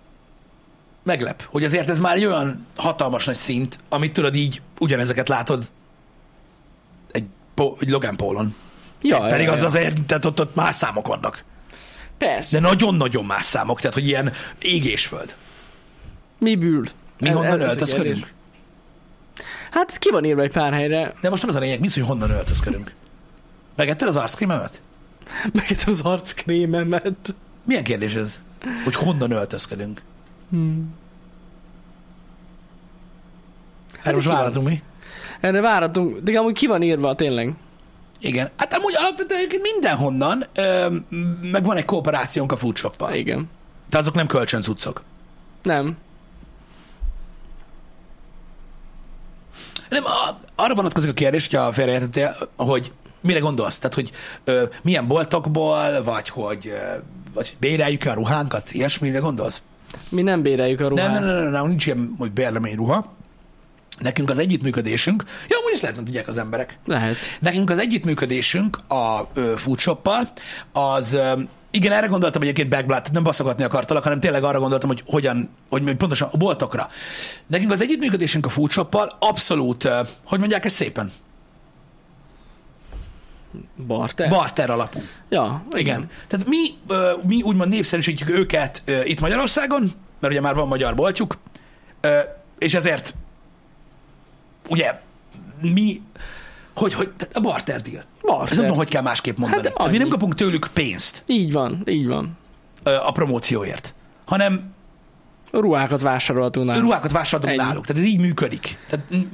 A: Meglep, hogy azért ez már egy olyan hatalmas nagy szint, amit tudod így ugyanezeket látod egy, po- egy Logan Paulon.
B: Ja,
A: Pedig
B: ja,
A: az
B: ja.
A: azért, tehát ott, ott más számok vannak.
B: Persze.
A: De nagyon-nagyon más számok, tehát hogy ilyen égésföld.
B: Mi bűl?
A: Mi
B: Ez-
A: honnan
B: ez a
A: öltözködünk?
B: kérdés. Hát ki van írva egy pár helyre,
A: De most nem az a lényeg, mi az, hogy honnan öltözködünk. Megetted az arckrémemet?
B: megettem az arckrémemet.
A: Milyen kérdés ez? Hogy honnan öltözködünk?
B: Hmm.
A: Hát most
B: igen.
A: választunk mi?
B: Erre váratunk, de amúgy ki van írva tényleg.
A: Igen. Hát amúgy alapvetően egyébként mindenhonnan, ö, meg van egy kooperációnk a food shoppal.
B: Igen.
A: De azok nem kölcsöncuccok.
B: Nem.
A: Nem, a, arra vonatkozik a kérdés, hogyha félreértettél, hogy mire gondolsz? Tehát, hogy ö, milyen boltokból, vagy hogy ö, vagy béreljük a ruhánkat, ilyesmire gondolsz?
B: Mi nem béreljük a ruhát.
A: Nem, nem, nem, nem, nem, nincs ilyen, hogy bérlemény ruha. Nekünk az együttműködésünk, ja, amúgy ezt lehet, nem tudják az emberek.
B: Lehet.
A: Nekünk az együttműködésünk a ö, Food Shop-pal, az ö, igen, erre gondoltam egyébként Backblatt, nem baszogatni akartalak, hanem tényleg arra gondoltam, hogy hogyan, hogy mi- pontosan a boltokra. Nekünk az együttműködésünk a Food Shop-pal abszolút, ö, hogy mondják ezt szépen,
B: Barter?
A: barter alapú.
B: ja,
A: Igen. Tehát mi, ö, mi úgymond népszerűsítjük őket ö, itt Magyarországon, mert ugye már van magyar boltjuk, ö, és ezért ugye mi, hogy, hogy tehát a barter deal. Ezt nem
B: Barter.
A: tudom, hogy kell másképp mondani.
B: Hát
A: Hát, mi nem
B: annyi.
A: kapunk tőlük pénzt
B: Így van, így van.
A: ö, a promócióért, hanem
B: Ruhákat vásárolhatunk nálunk.
A: ruhákat vásárolunk
B: Ennyi.
A: náluk. Tehát ez így működik. Tehát, mm, mm,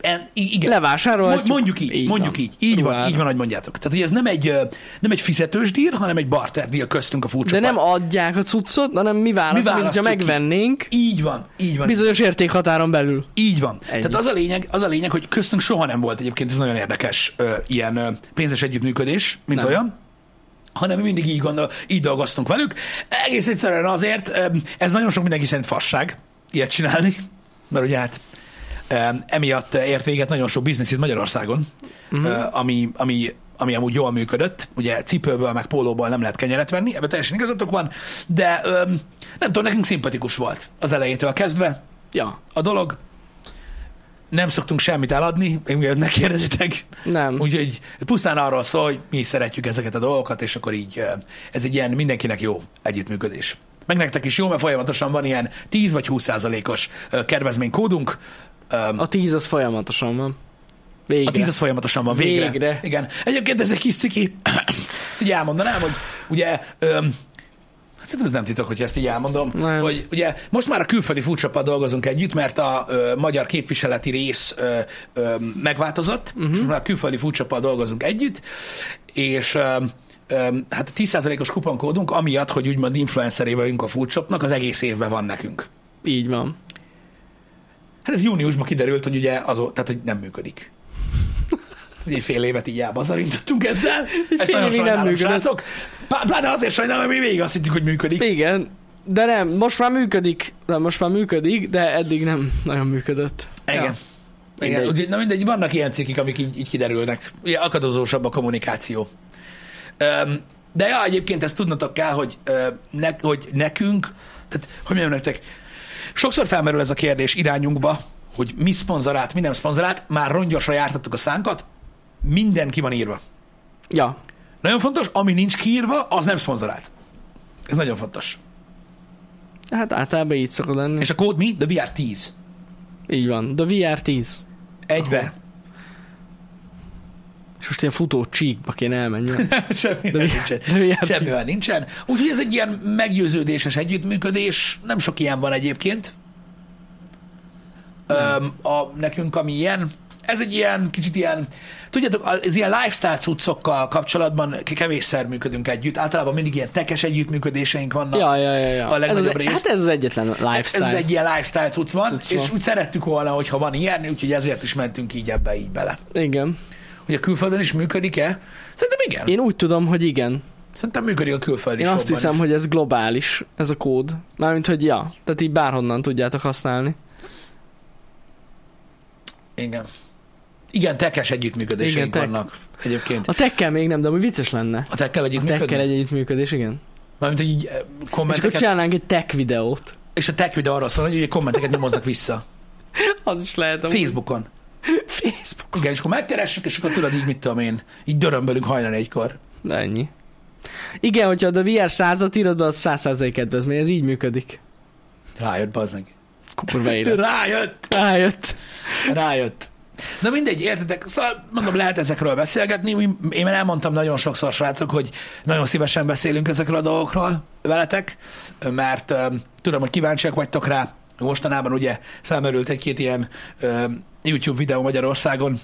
A: en- i- igen.
B: Levásárolhatjuk.
A: Mo- Mondjuk így, így mondjuk
B: van.
A: így. Így van,
B: Ruhára.
A: így van, hogy mondjátok. Tehát, hogy ez nem egy, ö, nem egy fizetős díj, hanem egy barter díj köztünk a
B: De
A: furcsa.
B: nem adják a cuccot, hanem mi választunk, mi hogyha
A: választjuk ki.
B: megvennénk,
A: Így van, így van.
B: bizonyos értékhatáron belül.
A: Így van.
B: Ennyi.
A: Tehát az a, lényeg, az a lényeg, hogy köztünk soha nem volt egyébként, ez nagyon érdekes ö, ilyen ö, pénzes együttműködés, mint
B: Nem.
A: nem. olyan, hanem mi mindig így, gondol, így dolgoztunk velük. Egész egyszerűen azért, ö, ez nagyon sok mindenki szerint fasság ilyet csinálni, mert ugye hát ö, emiatt ért véget nagyon sok biznisz itt Magyarországon, mm-hmm. ö, ami, ami ami amúgy jól működött, ugye cipőből meg pólóból nem lehet kenyeret venni, ebben teljesen igazatok van, de öm, nem tudom, nekünk szimpatikus volt az elejétől kezdve,
B: Ja,
A: a dolog. Nem szoktunk semmit eladni, még mielőtt megkérdezitek.
B: nem. Úgy,
A: Úgyhogy pusztán arról szól, hogy mi szeretjük ezeket a dolgokat, és akkor így ö, ez egy ilyen mindenkinek jó együttműködés. Meg nektek is jó, mert folyamatosan van ilyen 10 vagy 20 százalékos ö, kedvezménykódunk. Öm,
B: a tíz az folyamatosan van. Végre.
A: a 10 az folyamatosan van, végre.
B: Végre.
A: Igen. Egyébként ez egy kis ciki. Ezt így elmondanám, hogy ugye... Öm, hát szerintem ez nem titok, hogy ezt így elmondom.
B: Nem.
A: Hogy ugye most már a külföldi futcsappal dolgozunk együtt, mert a ö, magyar képviseleti rész ö, ö, megváltozott,
B: Mhm.
A: uh-huh. és most már a külföldi futcsappal dolgozunk együtt, és ö, ö, hát a 10%-os kuponkódunk, amiatt, hogy úgymond influenceré vagyunk a futcsapnak, az egész évben van nekünk.
B: Így van.
A: Hát ez júniusban kiderült, hogy ugye az, tehát, hogy nem működik. Egy fél évet így elbazarintottunk ezzel. Ezt
B: fél
A: nagyon
B: évig nem
A: sajnálom,
B: működött.
A: srácok. Pá- Pláne azért sajnálom, mert mi végig azt hittük, hogy működik.
B: Igen, de nem, most már működik, de most már működik, de eddig nem nagyon működött.
A: Igen.
B: Ja.
A: Igen,
C: Mindegy.
A: ugye, na mindegy, vannak ilyen cikkik, amik így, így kiderülnek. Ugye akadozósabb a kommunikáció. Öm, de ja, egyébként ezt tudnotok kell, hogy, ö, ne, hogy nekünk, tehát hogy mondjam nektek, sokszor felmerül ez a kérdés irányunkba, hogy mi szponzorált, mi nem szponzorált, már rongyosra jártattuk a szánkat, minden ki van írva.
B: Ja,
A: Nagyon fontos, ami nincs kiírva, az nem szponzorált. Ez nagyon fontos.
B: hát általában így szokott lenni.
A: És a kód mi? The VR 10.
B: Így van. De VR 10.
A: Egybe.
B: És most ilyen futó csíkba kéne elmenjen.
A: Semmi
B: De mi-
A: nincsen.
B: de mi-
A: Semmi olyan nincsen. Úgyhogy ez egy ilyen meggyőződéses együttműködés. Nem sok ilyen van egyébként. Öm, a, nekünk, ami ilyen. Ez egy ilyen, kicsit ilyen, tudjátok, az ilyen lifestyle cuccokkal kapcsolatban kevésszer működünk együtt. Általában mindig ilyen tekes együttműködéseink vannak.
B: ja, ja, ja,
A: A
B: ja. ez az,
A: legnagyobb részt.
B: hát ez az egyetlen lifestyle.
A: Ez egy ilyen lifestyle cucc van,
B: Cucc
A: és
B: van.
A: úgy szerettük volna, hogyha van ilyen, úgyhogy ezért is mentünk így ebbe így bele.
B: Igen.
A: Hogy a külföldön is működik-e? Szerintem igen.
B: Én úgy tudom, hogy igen.
A: Szerintem működik a külföldi
B: Én azt
A: shopban
B: hiszem,
A: is.
B: hogy ez globális, ez a kód. Mármint, hogy ja, tehát így bárhonnan tudjátok használni.
A: Igen. Igen, tekes együttműködéseink
B: Igen, tek.
A: vannak egyébként.
B: A tekkel még nem, de amúgy vicces lenne.
A: A tekkel
B: A tekkel
A: együttműködni?
B: egy együttműködés, igen.
A: Mármint, hogy így eh,
B: És akkor
A: kommenteket...
B: csinálnánk egy tech videót.
A: És a tech videó arra szól, hogy ugye kommenteket nyomoznak vissza.
B: Az is lehet. amúgy.
A: Facebookon.
B: Facebookon.
A: Igen, és akkor megkeressük, és akkor tudod így, mit tudom én, így dörömbölünk hajnal egykor.
B: De ennyi. Igen, hogyha a VR százat írod be, az száz százalék kedvezmény, ez így működik.
A: Rájött, bazdmeg.
B: Kurva élet.
A: Rájött!
B: Rájött.
A: Rájött. Na mindegy, értetek? Szóval mondom, lehet ezekről beszélgetni. Mi- Én már elmondtam nagyon sokszor, srácok, hogy nagyon szívesen beszélünk ezekről a dolgokról veletek, mert öm, tudom, hogy kíváncsiak vagytok rá. Mostanában ugye felmerült egy-két ilyen öm, YouTube videó Magyarországon,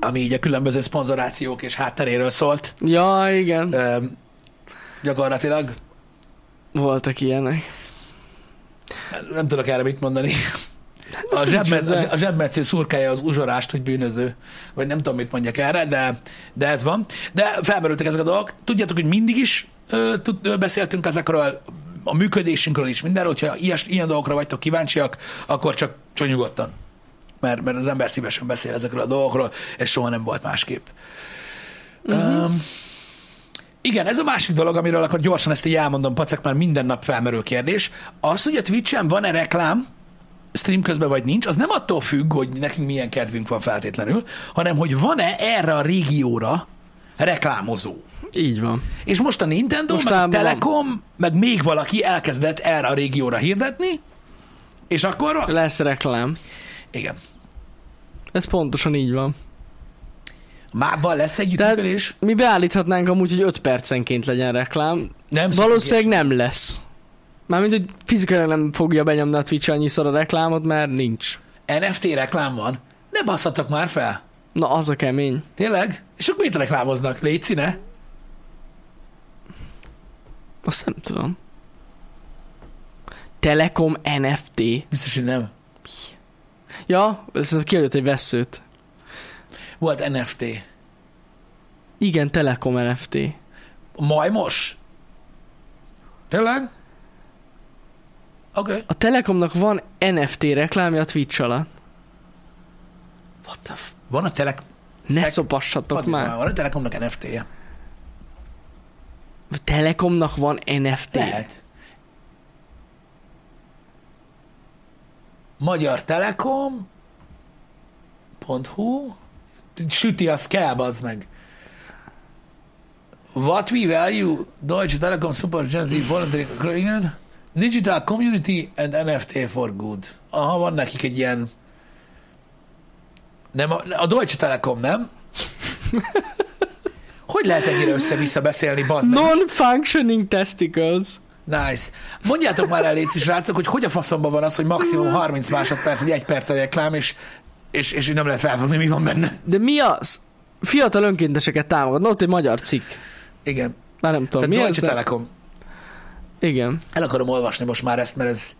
A: ami így a különböző szponzorációk és hátteréről szólt.
B: Ja, igen.
A: Öm, gyakorlatilag
B: Voltak ilyenek.
A: nem tudok erre mit mondani. A,
B: nincs
A: zsebmez,
B: ezzel.
A: a zsebmetsző szurkálja az uzsorást, hogy bűnöző. Vagy nem tudom, mit mondjak erre, de, de ez van. De felmerültek ezek a dolgok. Tudjátok, hogy mindig is ö, tud, ö, beszéltünk ezekről, a működésünkről is, mindenről. Hogyha ilyes, ilyen dolgokra vagytok kíváncsiak, akkor csak, csak nyugodtan. Mert, mert az ember szívesen beszél ezekről a dolgokról, és soha nem volt másképp. Uh-huh. Um, igen, ez a másik dolog, amiről akkor gyorsan ezt így elmondom, pacek, már minden nap felmerül kérdés. Az, hogy a Twitch-en van-e reklám, stream közben vagy nincs, az nem attól függ, hogy nekünk milyen kedvünk van feltétlenül, hanem hogy van-e erre a régióra reklámozó.
B: Így van.
A: És most a Nintendo, most meg a
B: Mostában van.
A: Telekom, van. meg még valaki elkezdett erre a régióra hirdetni, és akkor van.
B: Lesz reklám.
A: Igen.
B: Ez pontosan így van.
A: Már van lesz együttműködés.
B: Mi beállíthatnánk amúgy, hogy 5 percenként legyen reklám.
A: Nem szoktuk
B: Valószínűleg nem lesz. Mármint, hogy fizikailag nem fogja benyomni a Twitch annyiszor a reklámot, mert nincs.
A: ilyesmi. NFT reklám van. Ne basszatok már fel.
B: Na, az a kemény.
A: Tényleg? És ők mit reklámoznak? Légy színe?
B: Azt nem tudom. Telekom NFT.
A: Biztos, hogy nem.
B: Ja, ez kiadott egy veszőt.
A: Volt NFT.
B: Igen, Telekom NFT.
A: Majmos? Tényleg? Oké. Okay.
B: A Telekomnak van NFT reklámja a Twitch alatt. What the f...
A: Van a Telek...
B: Ne
A: Szeg-
B: szopassatok
A: Hadd nézzem,
B: már.
A: Van a Telekomnak NFT-je.
B: A Telekomnak van NFT.
A: Lehet. Magyar Telekom. .hu. Süti a scab, az meg. What we value, Deutsche Telekom Super Gen Z Voluntary, igen. Digital Community and NFT for Good. Aha, van nekik egy ilyen... Nem, a, a Deutsche Telekom, nem? Hogy lehet ennyire össze-vissza beszélni, bazd meg?
B: Non-functioning testicles.
A: Nice. Mondjátok már el, légy srácok, hogy hogy a faszomban van az, hogy maximum 30 másodperc, vagy egy perc a reklám, és, és, és így nem lehet felfogni, mi van benne.
B: De mi az? Fiatal önkénteseket támogat. Na, ott egy magyar cikk.
A: Igen.
B: Már nem
A: Tehát
B: tudom, mi ez?
A: Deutsche
B: De...
A: Telekom.
B: Igen.
A: El akarom olvasni most már ezt, mert ez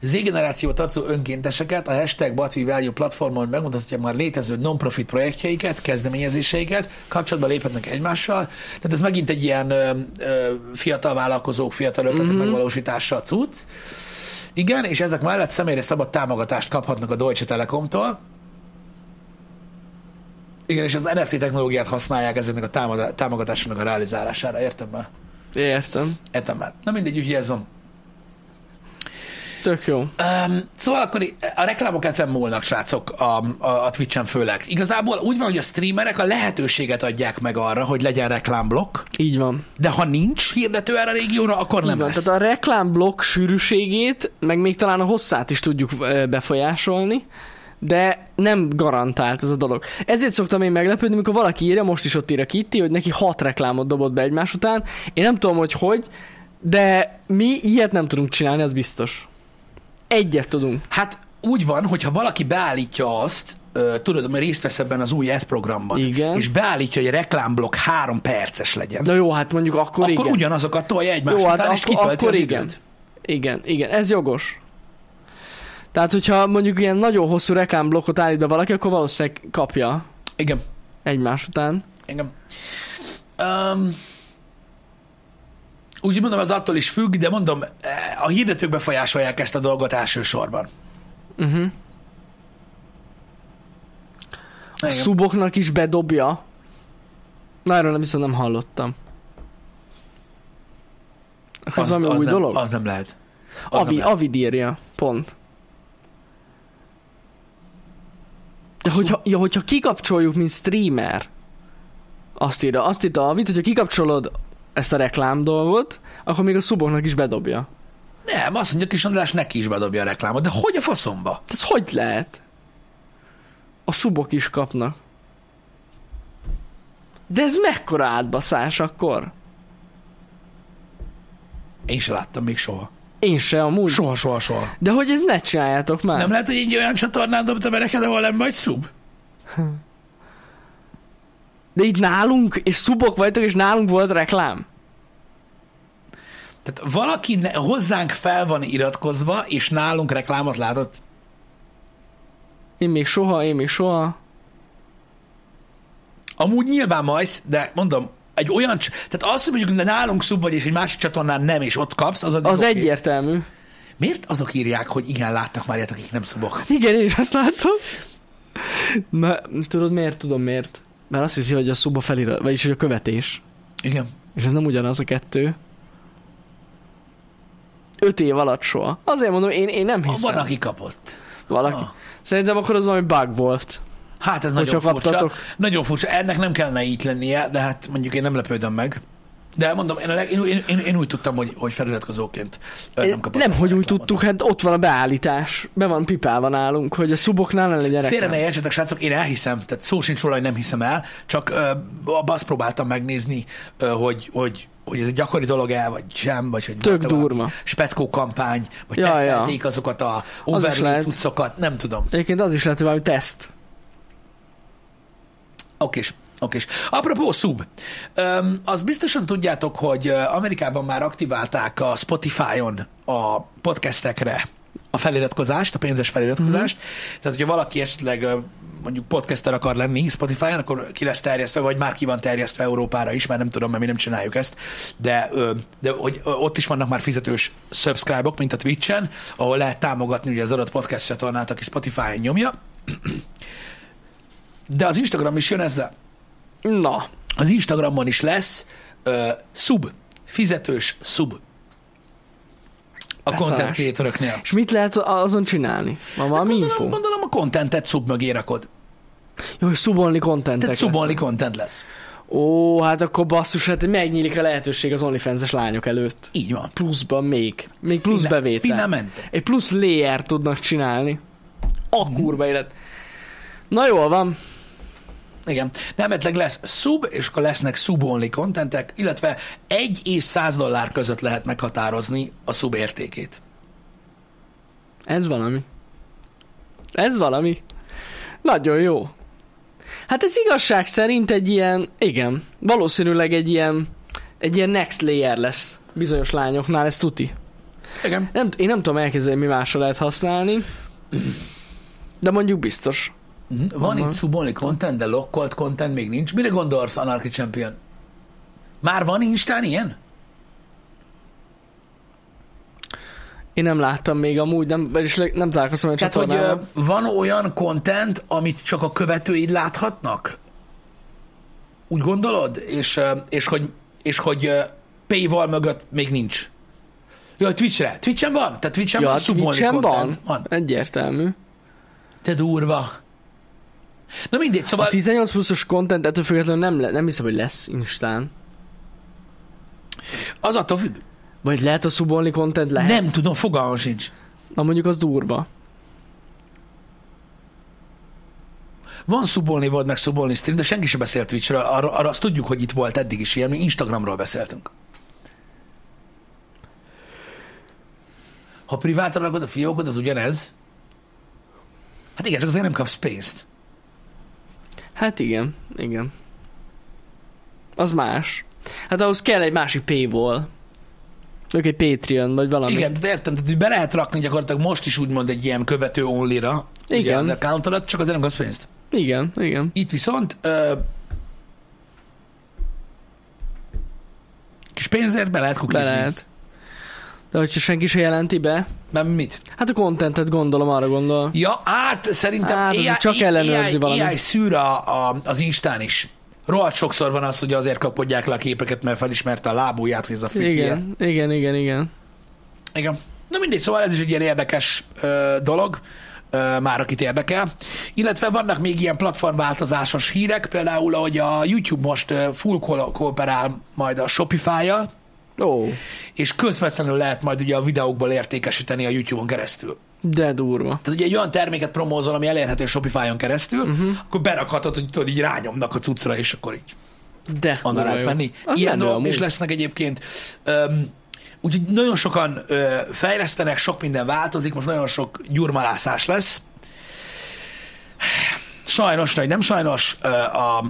A: Z-generáció tartó önkénteseket a hashtag What We Value platformon megmutatja már létező non-profit projektjeiket, kezdeményezéseiket, kapcsolatba léphetnek egymással. Tehát ez megint egy ilyen ö, ö, fiatal vállalkozók, fiatal ötletek mm-hmm. megvalósítása a cucc. Igen, és ezek mellett személyre szabad támogatást kaphatnak a Deutsche Telekomtól. Igen, és az NFT technológiát használják ezeknek a támada- támogatásoknak a realizálására. Értem már?
B: Értem.
A: Értem már. Na mindegy, úgyhogy ez van.
B: Tök jó.
A: Um, szóval akkor i- a reklámok ezen múlnak, srácok, a, a, a Twitch-en főleg. Igazából úgy van, hogy a streamerek a lehetőséget adják meg arra, hogy legyen reklámblokk,
B: Így van.
A: de ha nincs hirdető erre a régióra, akkor
B: Nem
A: nem
B: Így van.
A: lesz.
B: Tehát a reklámblokk sűrűségét, meg még talán a hosszát is tudjuk ö, befolyásolni, de nem garantált ez a dolog. Ezért szoktam én meglepődni, amikor valaki írja, most is ott ír a Kitty, hogy neki hat reklámot dobott be egymás után. Én nem tudom, hogy hogy, de mi ilyet nem tudunk csinálni, az biztos. Egyet tudunk.
A: Hát úgy van, hogyha valaki beállítja azt, ö, tudod, mert részt vesz ebben az új ad programban,
B: Igen.
A: és beállítja, hogy a reklámblokk három perces legyen,
B: Na jó, hát mondjuk akkor,
A: akkor
B: igen. hát
A: ugyanazokat tolja egymás után, és kitölti az
B: igen.
A: időt.
B: Igen, igen, ez jogos. Tehát, hogyha mondjuk ilyen nagyon hosszú reklámblokkot állít be valaki, akkor valószínűleg kapja
A: Igen.
B: egymás után.
A: Igen. Um, úgy mondom, ez attól is függ, de mondom, eh, a hirdetők befolyásolják ezt a dolgot elsősorban. Mhm.
B: Uh-huh. A
A: Igen.
B: szuboknak is bedobja. Na, erről nem viszont nem hallottam. Akkor Ez valami
A: az
B: új
A: nem,
B: dolog?
A: Az nem lehet. Az
B: Avi,
A: nem lehet.
B: Avid írja, pont. Ja, hogyha, ja, hogyha kikapcsoljuk, mint streamer, azt írja, azt írja Avid, hogyha kikapcsolod ezt a reklám dolgot, akkor még a szuboknak is bedobja.
A: Nem, azt mondja, kis András neki is bedobja a reklámot, de hogy a faszomba?
B: De Ez hogy lehet? A szubok is kapnak. De ez mekkora átbaszás akkor?
A: Én se láttam még soha.
B: Én se amúgy. So-
A: Soha, soha, soha.
B: de hogy ez ne csináljátok már.
A: Nem lehet, hogy egy olyan csatornán dobta be neked, ahol nem vagy szub?
B: De itt nálunk, és szubok vagytok, és nálunk volt reklám.
A: Tehát valaki ne, hozzánk fel van iratkozva, és nálunk reklámot látott?
B: Én még soha, én még soha.
A: Amúgy nyilván majsz, de mondom, egy olyan, cs- tehát azt, hogy mondjuk nálunk szub vagy, és egy másik csatornán nem, és ott kapsz, az addig
B: Az
A: oké.
B: egyértelmű.
A: Miért azok írják, hogy igen, láttak már ilyet, akik nem szubok?
B: Igen, én is azt látom. Na, tudod miért? Tudom miért. Mert azt hiszi, hogy a szuba felirat, vagyis hogy a követés.
A: Igen.
B: És ez nem ugyanaz a kettő. Öt év alatt soha. Azért mondom, én, én nem hiszem.
A: Ah, Van, aki kapott.
B: Valaki.
A: Ah.
B: Szerintem akkor az valami bug volt.
A: Hát ez nagyon
B: Hogyha
A: furcsa.
B: kaptatok.
A: Nagyon furcsa. Ennek nem kellene így lennie, de hát mondjuk én nem lepődöm meg. De mondom, én, a leg, én, én, én, én úgy tudtam, hogy, hogy feliratkozóként ö, nem kapott.
B: nem hogy úgy tudtuk, hát ott van a beállítás. Be van pipálva nálunk, hogy a szuboknál ne legyen
A: Félre
B: reklám.
A: ne értsetek, srácok, én elhiszem, tehát szó sincs róla, hogy nem hiszem el, csak ö, ab- azt próbáltam megnézni, ö, hogy, hogy, hogy ez egy gyakori dolog-e, vagy sem, vagy hogy
B: Tök
A: volt-e valami
B: durva.
A: speckó kampány, vagy ja,
B: Ja,
A: tesztelték ja. azokat a overlay
B: lehet.
A: cuccokat, nem tudom.
B: Egyébként az is lehet, hogy valami teszt.
A: Okés, okés. Apropó szub, öm, az biztosan tudjátok, hogy ö, Amerikában már aktiválták a Spotify-on a podcastekre a feliratkozást, a pénzes feliratkozást. Mm-hmm. Tehát, hogyha valaki esetleg ö, mondjuk podcaster akar lenni Spotify-on, akkor ki lesz terjesztve, vagy már ki van terjesztve Európára is, már nem tudom, mert mi nem csináljuk ezt, de, ö, de hogy ö, ott is vannak már fizetős subscribe-ok, mint a Twitch-en, ahol lehet támogatni ugye az adott podcast csatornát, aki Spotify-on nyomja. De az Instagram is jön ezzel
B: Na,
A: az Instagramon is lesz uh, sub, fizetős sub. A
B: Ez
A: content
B: szarás.
A: creatoröknél.
B: és mit lehet azon csinálni? Van valami info?
A: Gondolom, gondolom a contentet sub mögé rakod.
B: Jó, hogy szubolni kontentek
A: Tehát
B: lesz.
A: szubolni content lesz.
B: Ó, hát akkor basszus, hát megnyílik a lehetőség az onlyfans lányok előtt.
A: Így van.
B: Pluszban még. Még plusz
A: Fine-
B: bevétel.
A: Finamente.
B: Egy plusz layer tudnak csinálni. A kurva élet. Na jól van.
A: Igen. Nem, mert lesz sub, és akkor lesznek sub-only contentek, illetve egy és 100 dollár között lehet meghatározni a sub értékét.
B: Ez valami. Ez valami. Nagyon jó. Hát ez igazság szerint egy ilyen, igen, valószínűleg egy ilyen, egy ilyen next layer lesz bizonyos lányoknál, ez tuti.
A: Igen.
B: Nem, én nem tudom elképzelni, mi másra lehet használni, de mondjuk biztos.
A: Mhm. Van
B: Aha.
A: itt sub-only content, de lockolt content még nincs. Mire gondolsz, Anarchy Champion? Már van Instán ilyen?
B: Én nem láttam még amúgy, nem, vagyis le- nem találkoztam a
A: Tehát, hogy ö,
B: csatornával.
A: van olyan content, amit csak a követőid láthatnak? Úgy gondolod? És, ö, és hogy, és hogy ö, paywall mögött még nincs. Jó, Twitchre. Twitchen van? Tehát Twitchen
B: Ja,
A: van submolni
B: Twitchen van.
A: content? Van.
B: Egyértelmű.
A: Te durva. Na mindegy, szóval...
B: A 18 pluszos content ettől függetlenül nem, le, nem hiszem, hogy lesz Instán.
A: Az attól függ.
B: Vagy lehet a subolni content? Lehet.
A: Nem tudom, fogalmam sincs.
B: Na mondjuk az durva.
A: Van szubolni volt, meg szubolni stream, de senki sem beszélt Twitchről. Arra, arra azt tudjuk, hogy itt volt eddig is ilyen, mi Instagramról beszéltünk. Ha privátra rakod a fiókod, az ugyanez. Hát igen, csak azért nem kapsz pénzt.
B: Hát igen, igen. Az más. Hát ahhoz kell egy másik paywall. Ők egy Patreon, vagy valami.
A: Igen, tehát értem, tehát hogy be lehet rakni gyakorlatilag most is úgymond egy ilyen követő onlyra. Ugye
B: Igen.
A: az account alatt, csak azért nem kapsz pénzt.
B: Igen, igen.
A: Itt viszont ö, kis pénzért be lehet
B: Be
A: kukizni.
B: lehet. De hogyha senki se jelenti be,
A: Nem mit?
B: hát a contentet gondolom, arra gondol.
A: Ja, hát szerintem
B: Hát, azért csak ellenőrzi
A: AI,
B: valami.
A: AI szűr a, a, az Instán is. Rohadt sokszor van az, hogy azért kapodják le a képeket, mert felismerte a lábúját, hogy ez a fütyje.
B: Igen, igen, igen, igen.
A: Igen. Na mindegy, szóval ez is egy ilyen érdekes ö, dolog, ö, már akit érdekel. Illetve vannak még ilyen platformváltozásos hírek, például, hogy a YouTube most ö, full ko- kooperál majd a Shopify-jal,
B: Ó,
A: és közvetlenül lehet majd ugye a videókból értékesíteni a YouTube-on keresztül.
B: de durva.
A: Tehát ugye egy olyan terméket promózol, ami elérhető Shopify-on keresztül,
B: Mhm.
A: uh-huh. akkor berakhatod, hogy tudod, így rányomnak a cuccra, és akkor így
B: De
A: onnan
B: kurva
A: lehet
B: jó.
A: menni.
B: Az
A: Ilyen
B: menő
A: dolgok
B: amúgy.
A: is lesznek egyébként. Öm, úgyhogy nagyon sokan ö, fejlesztenek, sok minden változik, most nagyon sok gyurmalászás lesz. Sajnos, vagy nem sajnos, ö, a,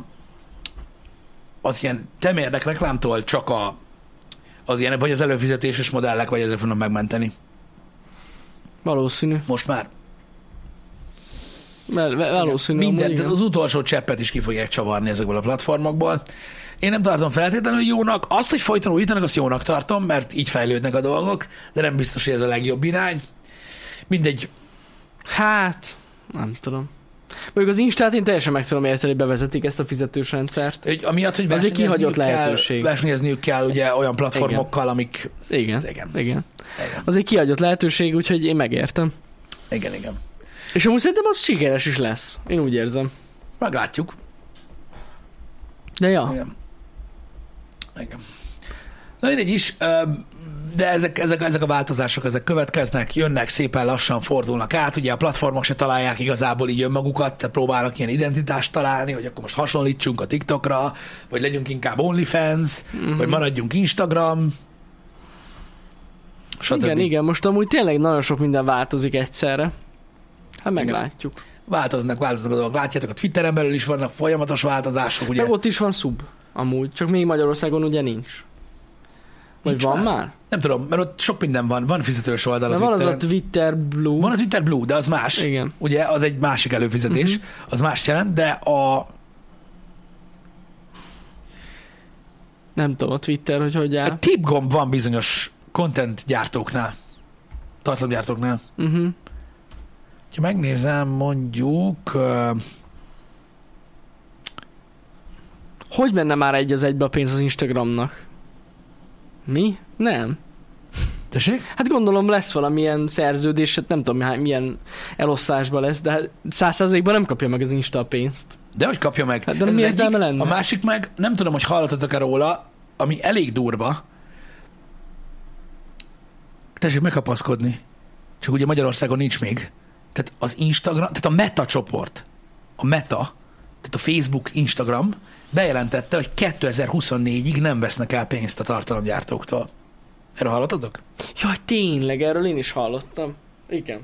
A: az ilyen temérdek reklámtól csak a, az ilyen, vagy az előfizetéses modellek, vagy ezek fognak megmenteni.
B: Valószínű.
A: Most már.
B: Val- val- valószínű.
A: Minden,
B: amúgy,
A: tehát
B: igen.
A: az utolsó cseppet is ki fogják csavarni ezekből a platformokból. Én nem tartom feltétlenül jónak. Azt, hogy folyton újítanak, azt jónak tartom, mert így fejlődnek a dolgok, de nem biztos, hogy ez a legjobb irány. Mindegy.
B: Hát, nem tudom. Mondjuk az Instát én teljesen meg tudom érteni, hogy bevezetik ezt a fizetős rendszert.
A: Hogy amiatt, hogy
B: Ez egy
A: versenyezniük
B: kihagyott
A: kell-
B: lehetőség.
A: Versenyezniük kell ugye olyan platformokkal, igen. amik...
B: Igen.
A: Igen.
B: Igen.
A: Igen,
B: Az egy kiadott lehetőség, úgyhogy én megértem.
A: igen. igen.
B: És amúgy szerintem az sikeres is lesz. Én úgy érzem.
A: Meglátjuk.
B: De ja,
A: Igen. Igen. Na mindegy is, ö, de ezek, ezek, ezek a változások, ezek következnek, jönnek, szépen lassan fordulnak át, ugye a platformok se találják igazából így önmagukat, tehát próbálnak ilyen identitást találni, hogy akkor most hasonlítsunk a TikTokra, vagy legyünk inkább OnlyFans,
B: Mhm.
A: mm-hmm. vagy maradjunk Instagram, stb.
B: igen, igen. Most amúgy tényleg nagyon sok minden változik egyszerre. Hát meglátjuk.
A: Változnak, változnak a dolgok. Látjátok, a Twitteren belül is vannak folyamatos változások, ugye?
B: Meg ott is van szub, amúgy. Csak még Magyarországon ugye nincs. Vagy
A: Nincs
B: van
A: már.
B: már?
A: Nem tudom, mert ott sok minden van. Van fizetős oldal a
B: De van az a
A: Twitteren.
B: Twitter Blue.
A: Van a Twitter Blue, de az más.
B: Igen.
A: Ugye, az egy másik előfizetés, uh-huh. az más jelent, de a...
B: Nem tudom a Twitter, hogy hogy
A: A
B: áll.
A: tip gomb van bizonyos content gyártóknál, tartalomgyártóknál.
B: Uh-huh.
A: Ha megnézem mondjuk... ö,
B: Hogy menne már egy az egybe a pénz az Instagramnak? Mi? Nem.
A: Tessék?
B: Hát gondolom lesz valamilyen szerződés, hát nem tudom hány- milyen eloszlásban lesz, de hát száz százalékban nem kapja meg az Insta a pénzt.
A: De hogy kapja meg?
B: Hát de
A: Ez
B: mi
A: az
B: értelme lenne?
A: A másik meg, nem tudom, hogy hallottatok-e róla, ami elég durva. Tessék megkapaszkodni. Csak ugye Magyarországon nincs még. Tehát az Instagram, tehát a Meta csoport, a Meta, tehát a Facebook, Instagram bejelentette, hogy 2024-ig nem vesznek el pénzt a tartalomgyártóktól. Erről hallottatok?
B: Jaj, tényleg, erről én is hallottam. Igen.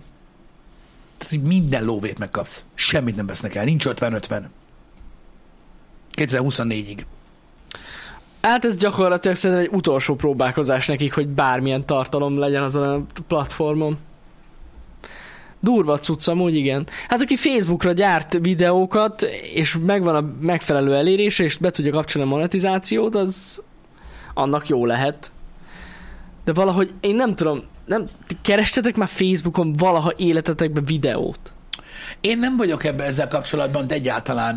A: Tehát, hogy minden lóvét megkapsz. Semmit nem vesznek el. Nincs 50-50. 2024-ig.
B: Hát ez gyakorlatilag szerintem egy utolsó próbálkozás nekik, hogy bármilyen tartalom legyen azon a platformon. Durva cucc, amúgy igen. Hát aki Facebookra gyárt videókat, és megvan a megfelelő elérése, és be tudja kapcsolni a monetizációt, az annak jó lehet. De de valahogy én nem tudom, nem, ti kerestetek már Facebookon valaha életetekben videót.
A: Én nem vagyok ebben ezzel kapcsolatban de egyáltalán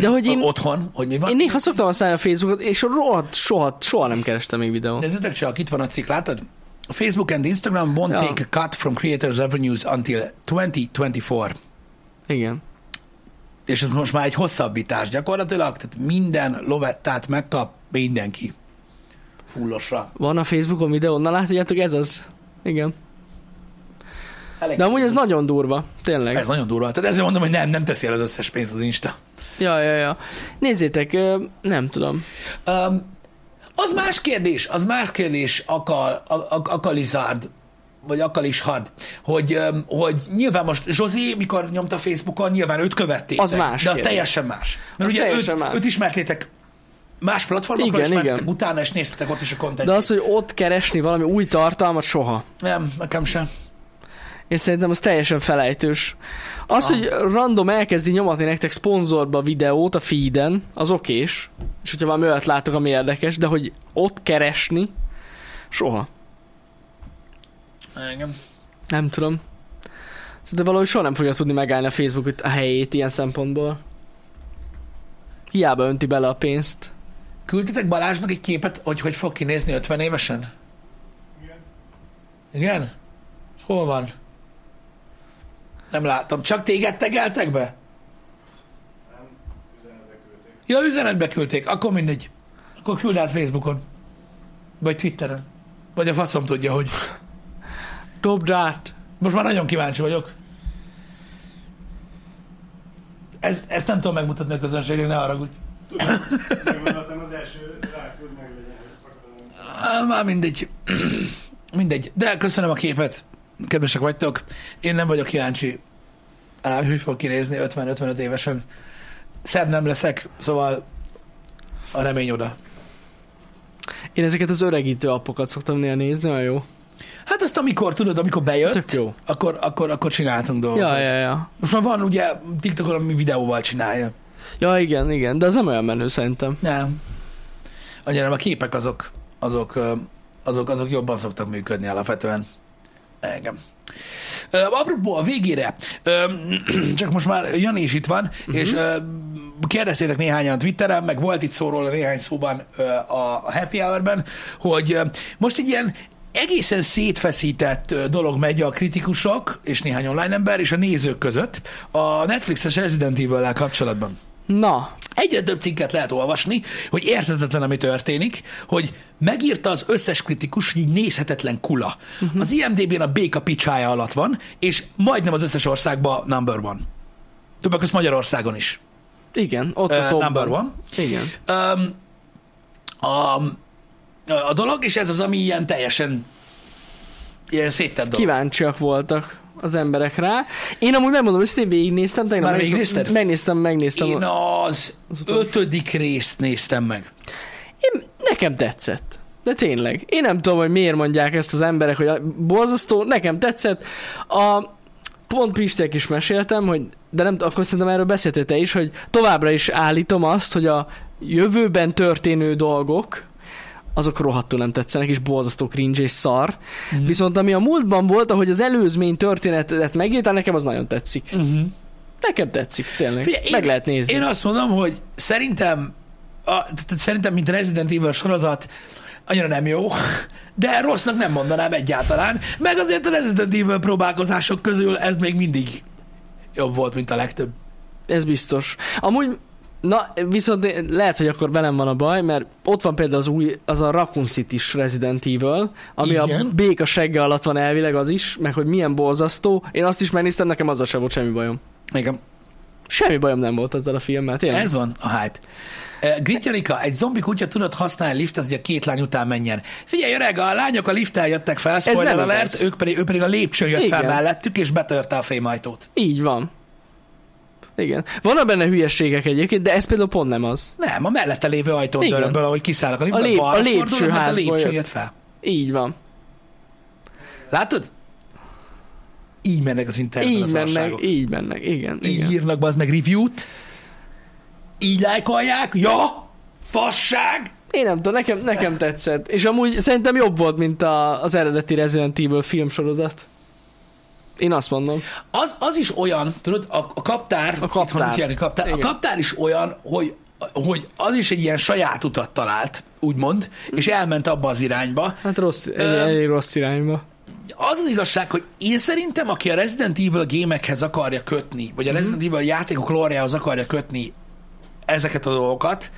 B: De hogy én,
A: én... otthon, hogy mi van.
B: én néha szoktam használni a Facebookot, és rohadt, soha, soha nem kerestem még videót.
A: Nézzétek csak, itt van a cikk, látod? Facebook and Instagram won't
B: Ja.
A: take a cut from creators' revenues until 2024.
B: Igen.
A: És ez most már egy hosszabbítás gyakorlatilag, tehát minden lovettát megkap mindenki. Fullosra.
B: Van a Facebookon videó, na látjátok, ez az. Igen.
A: Elég
B: De amúgy ez nagyon durva, tényleg.
A: Ez nagyon durva. Tehát ezért mondom, hogy nem, nem teszi el az összes pénzt az Insta.
B: Ja, ja, ja. Nézzétek, ö, nem tudom.
A: Um, az más kérdés, az más kérdés, akal, ak, akalizárd, vagy akalisád, hogy, öm, hogy nyilván most Zsozé, mikor nyomta Facebookon, nyilván őt követtétek.
B: Az más
A: De az
B: kérdés.
A: teljesen más. Mert
B: Az
A: ugye
B: teljesen
A: őt,
B: más.
A: őt ismertétek más platformokon,
B: Igen,
A: ismertétek
B: igen.
A: utána, és néztetek ott is a kontentet.
B: De az, hogy ott keresni valami új tartalmat, soha.
A: Nem, nekem sem.
B: Én szerintem az teljesen felejtős. Az,
A: Aha.
B: hogy random elkezdi nyomatni nektek szponzorba videót a feeden, az okés. És hogyha valami olyat látok, ami érdekes, de hogy ott keresni, soha.
A: Engem.
B: Nem tudom. Szóval De valahogy soha nem fogja tudni megállni a Facebook a helyét ilyen szempontból. Hiába önti bele a pénzt.
A: Küldtetek Balázsnak egy képet, hogy hogy fog kinézni 50 évesen? Igen. Igen? Hol van? Nem látom. Csak téged tegeltek be? Nem. Üzenetbe küldték. Ja, üzenetbe küldték. Akkor mindegy. Akkor küld át Facebookon. Vagy Twitteren. Vagy a faszom tudja, hogy...
B: Dobd át!
A: Most már nagyon kíváncsi vagyok. Ez, ezt nem tudom megmutatni a közönségnek, ne haragudj.
C: Gondoltam az első reakciód meg legyen, hogy fakadalom.
A: Á, Már mindegy. Mindegy. De köszönöm a képet. Kedvesek vagytok. Én nem vagyok kíváncsi rá, hogy hogy fog kinézni 50-55 évesen. Szebb nem leszek, szóval a remény oda.
B: Én ezeket az öregítő appokat szoktam néha nézni, olyan jó.
A: Hát azt amikor, tudod, amikor bejött,
B: Tök jó.
A: akkor, akkor, akkor csináltunk dolgokat.
B: Ja, ja, ja.
A: Most már van ugye TikTokon, ami videóval csinálja.
B: Ja, igen, igen, de az nem olyan menő szerintem.
A: Nem. Annyira nem, a képek azok, azok, ö, azok, azok jobban szoktak működni alapvetően. Engem. Ö, apropó, a végére, ö, csak most már Jani is itt van, uh-huh. és ö, kérdeztétek néhányan Twitteren, meg volt itt szóról néhány szóban ö, a a Happy Hour-ben, hogy ö, most egy ilyen egészen szétfeszített ö, dolog megy a kritikusok, és néhány online ember, és a nézők között a Netflixes Resident Evil-lel kapcsolatban
B: Na,
A: egyre több cikket lehet olvasni, hogy érthetetlen, ami történik, hogy megírta az összes kritikus, hogy így nézhetetlen kula. Uh-huh. Az IMDB-n a béka picsája alatt van, és majdnem az összes országban number one. Többek között Magyarországon is.
B: igen, ott
A: Ö,
B: a topban.
A: Eh, number one.
B: Igen.
A: Um, a, a dolog, és ez az, ami ilyen teljesen ilyen széttett dolog.
B: Kíváncsiak voltak az emberek rá. Én amúgy megmondom, hogy én végignéztem. Tegnap
A: Már
B: megnéztem-
A: végignézted?
B: Megnéztem, megnéztem.
A: Én
B: Én, a...
A: az ötödik részt néztem meg.
B: én nekem tetszett. De tényleg. Én nem tudom, hogy miért mondják ezt az emberek, hogy a- borzasztó, nekem tetszett. A pont Pistek is meséltem, hogy de nem, akkor szerintem erről beszéltél te is, hogy továbbra is állítom azt, hogy a jövőben történő dolgok, azok rohadtul nem tetszenek, és borzasztó cringe és szar.
A: Mhm.
B: Mm. Viszont ami a múltban volt, ahogy az előzmény történetet megírtál, nekem az nagyon tetszik.
A: Uh-huh.
B: Nekem tetszik, tényleg.
A: Figyelj,
B: Figyelj,
A: én-
B: Meg lehet nézni.
A: Én azt mondom, hogy szerintem, a, tehát szerintem, mint a Resident Evil sorozat, annyira nem jó, de rossznak nem mondanám egyáltalán, meg azért a Resident Evil próbálkozások közül ez még mindig jobb volt, mint a legtöbb.
B: Ez biztos. Amúgy, na, viszont én- lehet, hogy akkor velem van a baj, mert ott van például az új, az a Raccoon city Resident Evil, ami a
A: Igen.
B: béka segge alatt van elvileg az is, meg hogy milyen borzasztó. Én azt is megnéztem, nekem azzal sem volt semmi bajom.
A: Igen.
B: Semmi bajom nem volt azzal a filmmel, tényleg.
A: Ez van a hype. Eh, Grit Janika, egy zombi kutya tudott használni liftet, hogy a két lány után menjen. Figyelj, öreg, a lányok a lifttel jöttek fel, spoiler
B: nem
A: alert,
B: igaz.
A: ők pedig, ő pedig a lépcsőn jött fel
B: Igen.
A: mellettük, és betörte a fémajtót.
B: Így van. Igen. Vannak benne hülyeségek egyébként, de ez például pont nem az.
A: Nem, a mellette lévő ajtón
B: Igen.
A: dörömből, ahogy kiszállnak a liftből,
B: lép- a
A: balra fordulnak, mert a
B: lépcsőházból
A: lépcsőn
B: jött.
A: jött fel.
B: Így van.
A: Látod? Így mennek az interneten
B: Így
A: az
B: mennek,
A: szarságok.
B: így mennek, igen.
A: Így
B: igen.
A: írnak be az meg review-t, így lájkolják, ja, fasság,
B: Én nem tudom, nekem, nekem tetszett. És amúgy szerintem jobb volt, mint a, az eredeti Resident Evil filmsorozat. Én azt mondom.
A: Az, az is olyan, tudod, a, a kaptár,
B: A kaptár.
A: itthon úgy hívják, a, kaptár a
B: Igen.
A: kaptár is olyan, hogy, hogy az is egy ilyen saját utat talált, úgymond, és elment abba az irányba.
B: Hát rossz, egy,
A: Öm.
B: elég rossz irányba.
A: Az az igazság, hogy én szerintem, aki a Resident Evil gémekhez akarja kötni,
B: Mhm.
A: vagy a Resident Evil játékok lóreához akarja kötni ezeket a dolgokat,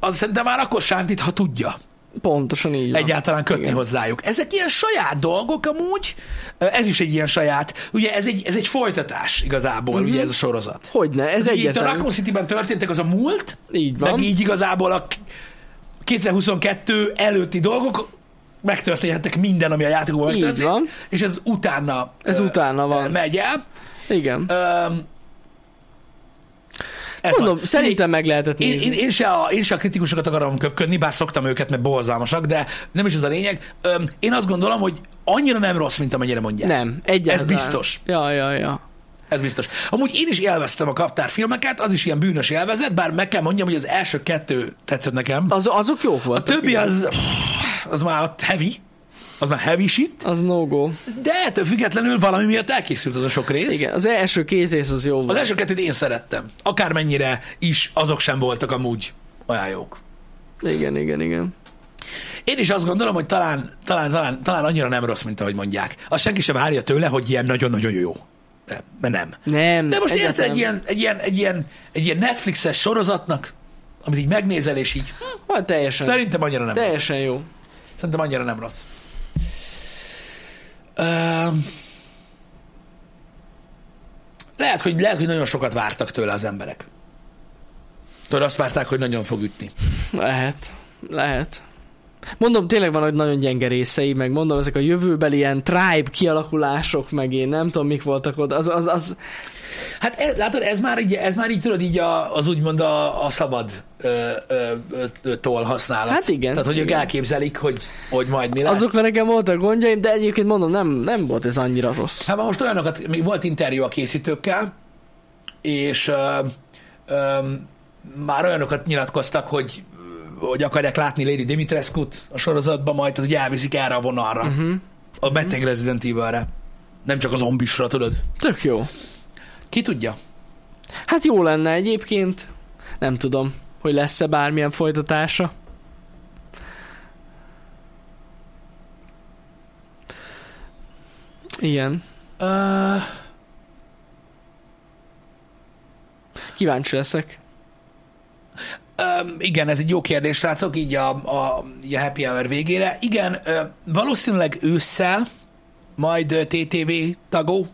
A: az szerintem már akkor sántít, ha tudja.
B: Pontosan így van.
A: egyáltalán kötni
B: Igen.
A: Igen. hozzájuk. Ezek ilyen saját dolgok amúgy, ez is egy ilyen saját, ugye ez egy, ez egy folytatás igazából, uh-huh. ugye ez a sorozat.
B: Hogyne, Mhm. ez
A: Ugye Itt a
B: egyetlen.
A: Raccoon City-ben történtek az a múlt,
B: Így van.
A: meg így igazából a 2022 előtti dolgok megtörténhettek minden, ami a játékban
B: Így
A: megtörtént,
B: van.
A: és ez utána,
B: Ez
A: ö,
B: utána van.
A: ö, megy el.
B: Igen.
A: Öm, ez
B: Mondom,
A: van.
B: szerintem meg lehetett
A: Én,
B: nézni.
A: én, én, se a, én se a kritikusokat akarom köpködni, bár szoktam őket, mert borzalmasak, de nem is ez a lényeg. Öm, én azt gondolom, hogy annyira nem rossz, mint amennyire mondják.
B: nem, egyáltalán.
A: Ez biztos.
B: Ja, ja, ja.
A: Ez biztos. Amúgy én is élveztem a kaptárfilmeket, az is ilyen bűnös élvezet, bár meg kell mondjam, hogy az első kettő tetszett nekem.
B: Az, azok jók
A: A
B: voltak.
A: többi
B: igen.
A: az, az már ott heavy, az már heavy shit,
B: Az no-go.
A: de ettől függetlenül valami miatt elkészült az a sok rész.
B: Igen, az első két rész az jó
A: Az
B: volt.
A: első kettőt én szerettem. Akármennyire is azok sem voltak amúgy olyan jók. e-
B: Igen, igen, igen.
A: Én is azt gondolom, hogy talán, talán, talán, talán annyira nem rossz, mint ahogy mondják. Azt senki sem várja tőle, hogy ilyen nagyon-nagyon jó. De, de nem.
B: Nem,
A: De most érted,
B: egyáltalán-
A: egy ilyen, egy, ilyen, egy, ilyen, egy ilyen Netflixes sorozatnak, amit így megnézel, és így
B: Hát teljesen.
A: szerintem annyira nem rossz.
B: teljesen jó.
A: Szerintem annyira nem rossz. Öm, lehet, hogy, lehet, hogy nagyon sokat vártak tőle az emberek. Tudod, azt várták, hogy nagyon fog ütni.
B: Lehet, lehet. Mondom, tényleg van, hogy nagyon gyenge részei, meg mondom, ezek a jövőbeli ilyen tribe kialakulások, meg én nem tudom, mik voltak ott, az, az, az
A: Hát ez, látod, ez már így, ez már így tudod, így a, az úgymond a, a szabad ö, ö, ö, ö, toll használat.
B: Hát igen,
A: Tehát, hogy ők
B: igen.
A: elképzelik, hogy, hogy majd mi lesz.
B: azokra nekem voltak gondjaim, de egyébként mondom, nem, nem volt ez annyira rossz.
A: Hát már most olyanokat, még volt interjú a készítőkkel, és ö, ö, már olyanokat nyilatkoztak, hogy hogy akarják látni Lady Dimitrescu-t a sorozatban majd, tehát hogy elviszik erre a vonalra. Uh-huh. A beteg uh-huh. Resident Evil-re. Nem csak az zombisra, tudod?
B: Tök jó.
A: Ki tudja?
B: Hát jó lenne egyébként, nem tudom, hogy lesz-e bármilyen folytatása. Igen.
A: Uh,
B: Kíváncsi leszek.
A: Um, igen, ez egy jó kérdés, srácok, így a, a, így a happy hour végére. Igen, ö, valószínűleg ősszel, majd ö, TTV tagó,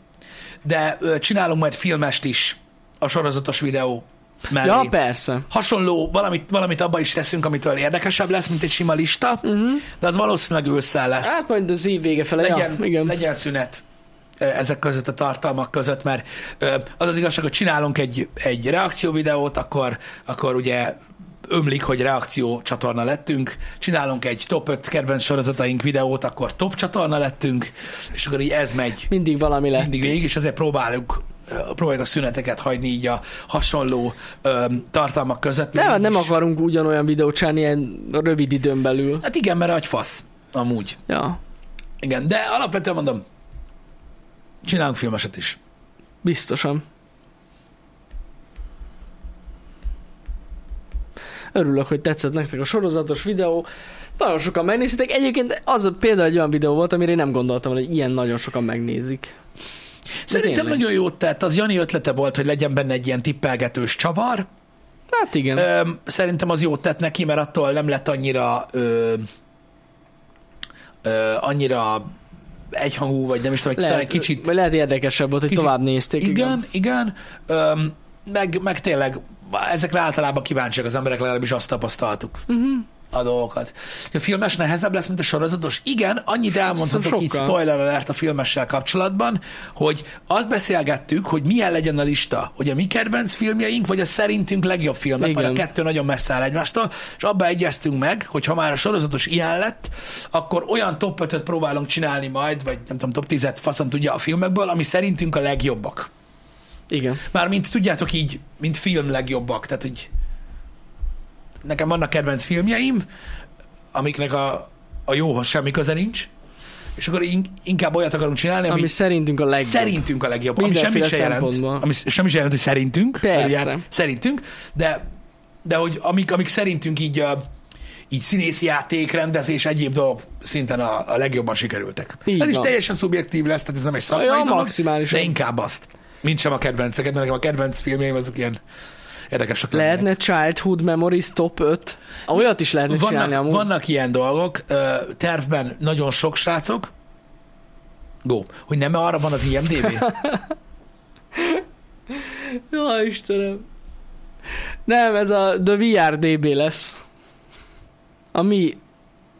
A: de ö, csinálunk majd filmest is a sorozatos videó mellé.
B: Ja, persze.
A: Hasonló, valamit, valamit abba is teszünk, amitől érdekesebb lesz, mint egy sima lista, uh-huh. de az valószínűleg ősszel lesz.
B: Mhm. Hát majd az év vége fele,
A: legyen,
B: ja, igen.
A: legyen szünet ö, ezek között a tartalmak között, mert ö, az az igazság, hogy csinálunk egy, egy reakcióvideót, akkor, akkor ugye ömlik, hogy reakció csatorna lettünk, csinálunk egy top 5 kedvenc sorozataink videót, akkor top csatorna lettünk, és akkor így ez megy
B: Mindig valami lett.
A: mindig végig, és azért próbáljuk ö, próbáljuk a szüneteket hagyni így a hasonló ö, tartalmak között. mert
B: Nem,
A: így
B: nem
A: is-
B: akarunk ugyanolyan videót csinálni ilyen rövid időn belül.
A: Hát igen, mert agyfasz, amúgy.
B: Ja,
A: Igen, de alapvetően mondom, csinálunk filmeset is.
B: biztosan. Örülök, hogy tetszett nektek a sorozatos videó. Nagyon sokan megnézitek. Egyébként az a például egy olyan videó volt, amire én nem gondoltam, hogy ilyen nagyon sokan megnézik.
A: Szerintem
B: tényleg.
A: nagyon jót tett. Az Jani ötlete volt, hogy legyen benne egy ilyen tippelgetős csavar.
B: Hát igen.
A: Öm, szerintem az jót tett neki, mert attól nem lett annyira ö, ö, annyira egyhangú, vagy nem is tudom, lehet, talán egy kicsit...
B: vagy lehet érdekesebb volt, hogy
A: kicsit-
B: tovább nézték.
A: igen, igen. Öm, meg, meg tényleg ezekre általában kíváncsiak az emberek, legalábbis azt tapasztaltuk. Uh-huh a dolgokat. A filmes nehezebb lesz, mint a sorozatos? Igen, annyit elmondhatok így
B: sokkal.
A: spoiler alert a filmessel kapcsolatban, hogy azt beszélgettük, hogy milyen legyen a lista, hogy a mi kedvenc filmjeink, vagy a szerintünk legjobb filmek, mert a
B: Igen.
A: kettő nagyon messze áll egymástól, és abba egyeztünk meg, hogy ha már a sorozatos ilyen lett, akkor olyan top 5-öt próbálunk csinálni majd, vagy nem tudom, top 10-et faszom tudja a filmekből, ami szerintünk a legjobbak.
B: Igen.
A: Mármint tudjátok így, mint film legjobbak, tehát hogy nekem vannak kedvenc filmjeim, amiknek a, a jóhoz semmi köze nincs, és akkor in- inkább olyat akarunk csinálni, ami,
B: Ami szerintünk a legjobb.
A: szerintünk a legjobb. Ami
B: Mindenféle
A: semmit se jelent,
B: szempontból.
A: ami s- semmi se jelent, hogy szerintünk,
B: Persze.
A: előjárt, szerintünk, de, de hogy amik, amik szerintünk így, ö, így színészi játék, rendezés, egyéb dolgok szinten a, a legjobban sikerültek.
B: Így
A: ez is
B: van.
A: teljesen szubjektív lesz, tehát ez nem egy szakmai
B: Ja,
A: dolog,
B: maximálisan.
A: de inkább azt. Mint sem a kedvenceket, mert nekem a kedvenc filmjeim azok ilyen érdekesek. lennének.
B: Lehetne Childhood Memories Top 5? Ah, Olyat is lehetne csinálni
A: Vannak,
B: amúgy.
A: vannak ilyen dolgok, ö, tervben nagyon sok srácok, Go. Hogy nem arra van az IMDB?
B: Ja, Istenem. Nem, ez a The VR DB lesz. A mi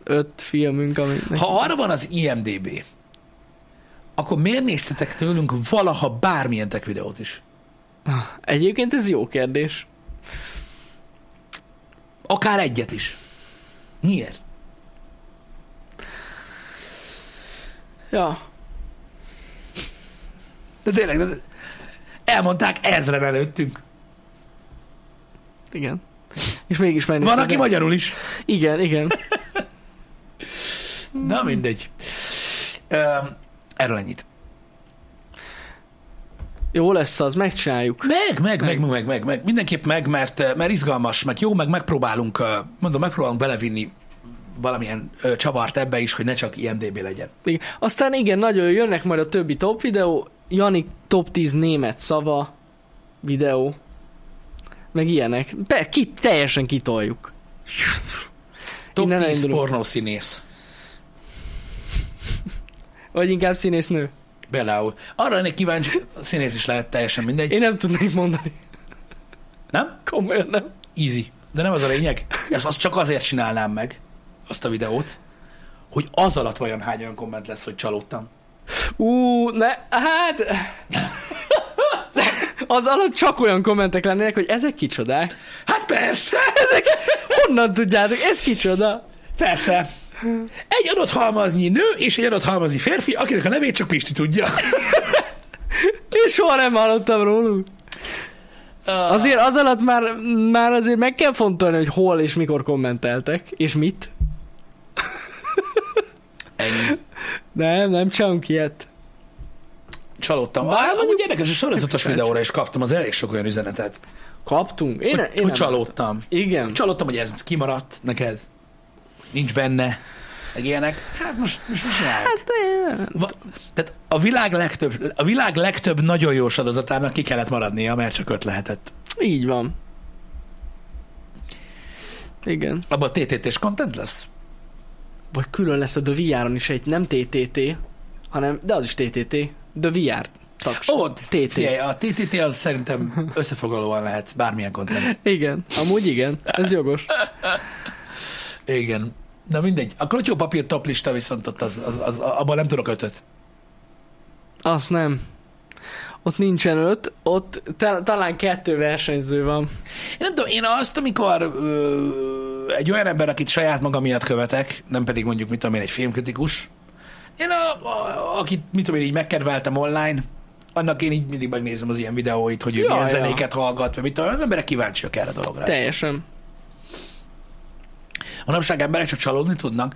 B: öt filmünk, ami...
A: Ha arra van az IMDB, akkor miért néztetek tőlünk valaha bármilyen tech videót is?
B: Egyébként ez jó kérdés.
A: Akár egyet is. Miért?
B: Ja.
A: De tényleg, de elmondták ezren előttünk.
B: Igen. És mégis megnéztem.
A: Van, aki
B: de-
A: magyarul is.
B: Igen, igen.
A: Na mindegy. Öm, Erről ennyit.
B: Jó lesz az, megcsináljuk.
A: Meg, meg, meg, meg, meg, meg, meg. Mindenképp meg, mert, eh, mert izgalmas, meg jó, meg megpróbálunk, eh, mondom, megpróbálunk belevinni valamilyen eh, csavart ebbe is, hogy ne csak IMDB legyen.
B: Igen. Aztán igen, nagyon jönnek majd a többi top videó. Janik top 10 német szava videó. Meg ilyenek. Be, ki, teljesen kitoljuk.
A: Top
B: Innen
A: 10
B: elindulunk.
A: pornószínész.
B: Vagy inkább színésznő.
A: Például. Arra lennék kíváncsi, színész is lehet teljesen mindegy.
B: Én nem tudnék mondani.
A: Nem?
B: Komolyan nem.
A: Easy. De nem az a lényeg. Ezt azt csak azért csinálnám meg, azt a videót, hogy az alatt vajon hány olyan komment lesz, hogy csalódtam.
B: Ú, ne, hát... Az alatt csak olyan kommentek lennének, hogy ezek kicsodák.
A: Hát persze!
B: Ezek honnan tudjátok? Ez kicsoda?
A: Persze. Egy adott halmaznyi nő és egy adott halmaznyi férfi, akinek a nevét csak Pisti tudja.
B: Én soha nem hallottam róluk.
A: Ah.
B: Azért az alatt már, már azért meg kell fontolni, hogy hol és mikor kommenteltek, és mit.
A: Ennyi.
B: Nem, nem csinálunk ilyet.
A: Csalódtam. Bár,
B: Bár
A: Bár
B: mondjuk-
A: mondjuk érdekes, a sorozatos videóra is kaptam az elég sok olyan üzenetet.
B: Kaptunk. Én,
A: Hogy,
B: én
A: hogy
B: nem-
A: csalódtam.
B: Igen.
A: Csalódtam, hogy ez kimaradt neked. Nincs benne. Meg ilyenek. Hát most, most mit csinálják?
B: Hát- De-
A: Va, tehát a világ, legtöbb, a világ legtöbb nagyon jó sorozatának ki kellett maradnia, mert csak öt lehetett.
B: Így van. Igen.
A: Abban TTT-s content lesz?
B: Vagy külön lesz a The VR-on is egy nem TTT, hanem, de az is TTT, The VR tags.
A: Ó,
B: TT.
A: figyelj, a TTT az szerintem összefoglalóan lehet bármilyen content.
B: Igen, amúgy igen, ez jogos.
A: Igen. Na mindegy. A klotyó papír toplista viszont ott az, az, az, abban nem tudok ötöt.
B: Azt nem. Ott nincsen öt, ott ta- talán kettő versenyző van.
A: Én nem tudom, én azt, amikor ö, egy olyan ember, akit saját maga miatt követek, nem pedig mondjuk, mit tudom én, egy filmkritikus, én, a, a, akit, mit tudom én, így megkedveltem online, annak én így mindig megnézem az ilyen videóit, hogy ő
B: Ja,
A: milyen
B: ja.
A: zenéket hallgat, vagy mit tudom, én, az emberek kíváncsiak erre a dologra.
B: Teljesen.
A: Manapság emberek csak csalódni tudnak.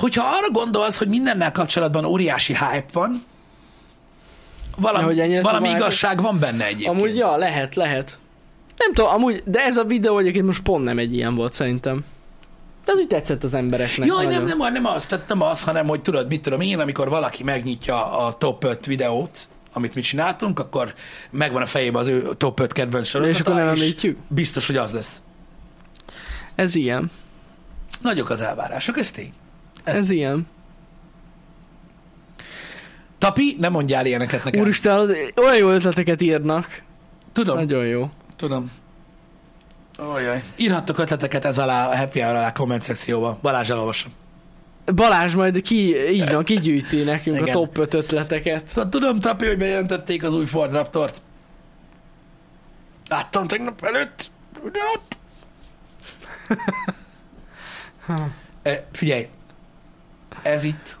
A: Hogyha arra gondolsz, hogy mindennel kapcsolatban óriási hype van,
B: Ja,
A: valami,
B: hogy ennyire
A: valami
B: tovább-
A: igazság van benne egyébként.
B: Amúgy, ja, lehet, lehet. Nem tudom, amúgy, de ez a videó egyébként most pont nem egy ilyen volt szerintem. De az úgy tetszett az embereknek.
A: Jaj, nem,
B: nagyon.
A: nem, nem az, tehát nem az, hanem hogy tudod, mit tudom én, amikor valaki megnyitja a top 5 videót, amit mi csináltunk, akkor megvan a fejében az ő top 5 kedvenc sorozata,
B: És akkor nem említjük?
A: biztos, hogy az lesz.
B: Ez ilyen.
A: Nagyok az elvárások, ez tény. Ez-
B: Ez, ilyen.
A: Tapi, nem mondjál ilyeneket nekem.
B: Úristen, hallod, olyan jó ötleteket írnak.
A: tudom,
B: Nagyon jó.
A: tudom. Ojaj. Írhattok ötleteket ez alá, a happy hour alá komment szekcióba. Balázs elolvasom.
B: Balázs majd ki, így van, kigyűjti nekünk
A: Igen.
B: a top 5 ötleteket.
A: Szóval tudom, Tapi, hogy bejelentették az új Ford Raptort. Láttam tegnap előtt. Ugye ott? E, figyelj, ez itt,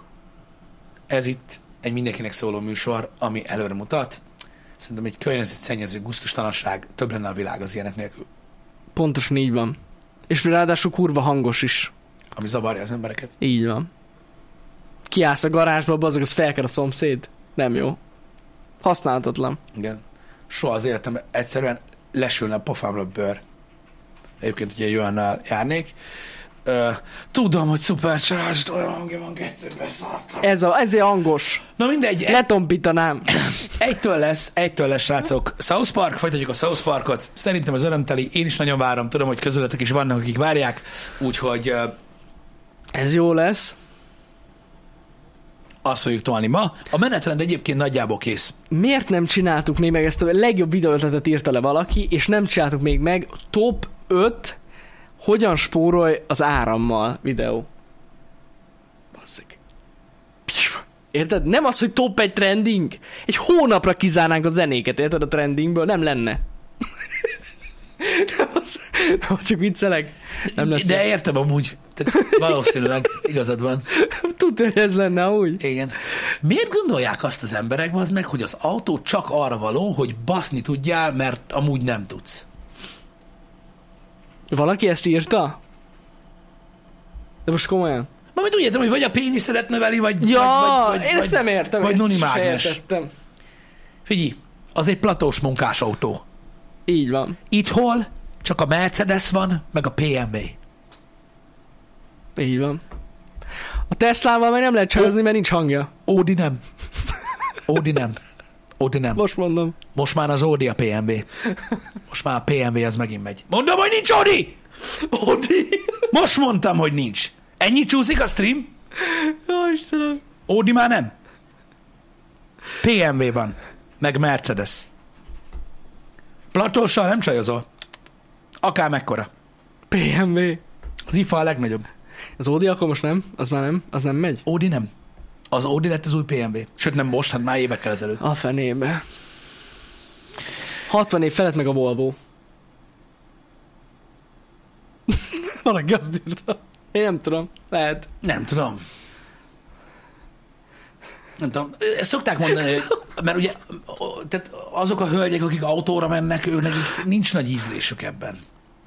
A: ez itt egy mindenkinek szóló műsor, ami előre mutat. Szerintem egy környezetszennyező gusztustalanság több lenne a világ az ilyenek nélkül.
B: Pontosan így van. És ráadásul kurva hangos is.
A: ami zavarja az embereket.
B: Így van. Kiállsz a garázsba, bazeg, az felker a szomszéd. Nem jó. Használhatatlan.
A: Igen. Soha az életemben egyszerűen lesülne a pofámra a bőr. Egyébként ugye egy olyannal járnék. Ö, tudom, hogy szupercsást, olyan hangja van, geci, beszartam.
B: Ez a, ezért hangos.
A: Na mindegy,
B: E-
A: egy,
B: Letompítanám.
A: egytől lesz, egytől lesz, srácok. South Park, folytatjuk a South Parkot. Szerintem az örömteli, én is nagyon várom, tudom, hogy közületek is vannak, akik várják, úgyhogy ö,
B: Ez jó lesz.
A: azt fogjuk tolni ma. A menetrend egyébként nagyjából kész.
B: Miért nem csináltuk még meg ezt a legjobb videóötletet írta le valaki, és nem csináltuk még meg top 5 hogyan spórolj az árammal videó. Basszik. Pff, Érted? Nem az, hogy top 1 trending. Egy hónapra kizárnánk a zenéket, érted? A trendingből nem lenne. nem az, nem, csak viccelek. Nem lesz.
A: De
B: De...
A: értem amúgy, tehát valószínűleg igazad van.
B: Tudja, hogy ez lenne úgy.
A: Igen. Miért gondolják azt az emberek, az meg, hogy az autó csak arra való, hogy baszni tudjál, mert amúgy nem tudsz?
B: Valaki ezt írta? De most komolyan.
A: Mármint úgy értem, hogy vagy a péniszedet növeli, vagy...
B: Ja,
A: vagy, vagy, vagy,
B: én ezt nem értem.
A: vagy
B: ezt
A: Noni
B: se
A: Mágnes.
B: értettem.
A: Figyelj, az egy platós munkás autó.
B: Így van.
A: Itt hol csak a Mercedes van, meg a PMV.
B: Így van. A Teslával már nem lehet csajozni, mert nincs hangja.
A: Audi nem. Audi nem. Audi nem.
B: Most mondom.
A: Most már az Audi a PMV. Most már a PMV az megint megy. Mondom, hogy nincs Audi!
B: Odi!
A: Most mondtam, hogy nincs. Ennyi csúszik a stream?
B: Jó, Istenem.
A: Audi már nem. PMV van, meg Mercedes. Platóssal nem csajozol. Akár mekkora.
B: PMV.
A: Az IFA a legnagyobb.
B: Az Odi akkor most nem? Az már nem? Az nem megy?
A: Audi nem. Az Audi lett az új PMV. Sőt, nem most, hát már évekkel ezelőtt.
B: A fenébe. 60 év felett meg a Volvo. Valaki azt írta. Én nem tudom. Lehet.
A: Nem tudom. Nem tudom. Ezt szokták mondani, hogy- mert ugye ö, tehát azok a hölgyek, akik autóra mennek, őnek nincs nagy ízlésük ebben.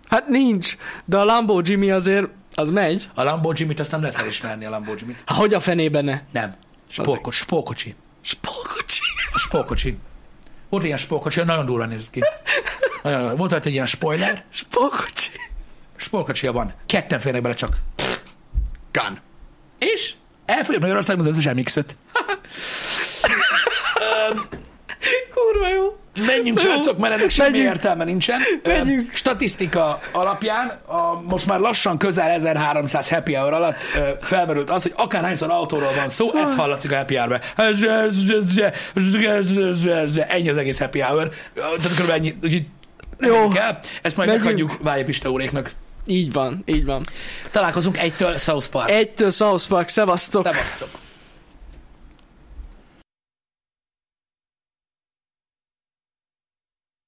B: Hát nincs, de a Lambo Jimmy azért, az megy.
A: A Lamborghini-t azt nem lehet felismerni, a Lamborghini-t.
B: Há, hogy a fenében ne?
A: Nem. Spóko, spókocsi.
B: Spokocsi.
A: A spókocsi. Volt ilyen spókocsi, nagyon durva néz ki. Nagyon, volt ott egy ilyen spoiler,
B: Spokocsi.
A: spókocsia van. Ketten férnek bele csak. Gun. És elfogyott Magyarországon az összes mx -et.
B: Kurva jó.
A: Menjünk, srácok, mert ennek semmi
B: Menjünk.
A: értelme nincsen.
B: Menjünk.
A: Ö, Statisztika alapján a most már lassan közel 1300 happy hour alatt ö, felmerült az, hogy akárhányszor autóról van szó, ez hallatszik a happy hour Ennyi az egész happy hour. Ö, Tehát kb. ennyi. Úgyhogy
B: Jó.
A: menjünk el. Ezt majd
B: Megyünk.
A: meghagyjuk Vája Pista úréknak.
B: Így van, így van.
A: Találkozunk egytől South Park.
B: Egytől South Park, szevasztok!
A: Szevasztok!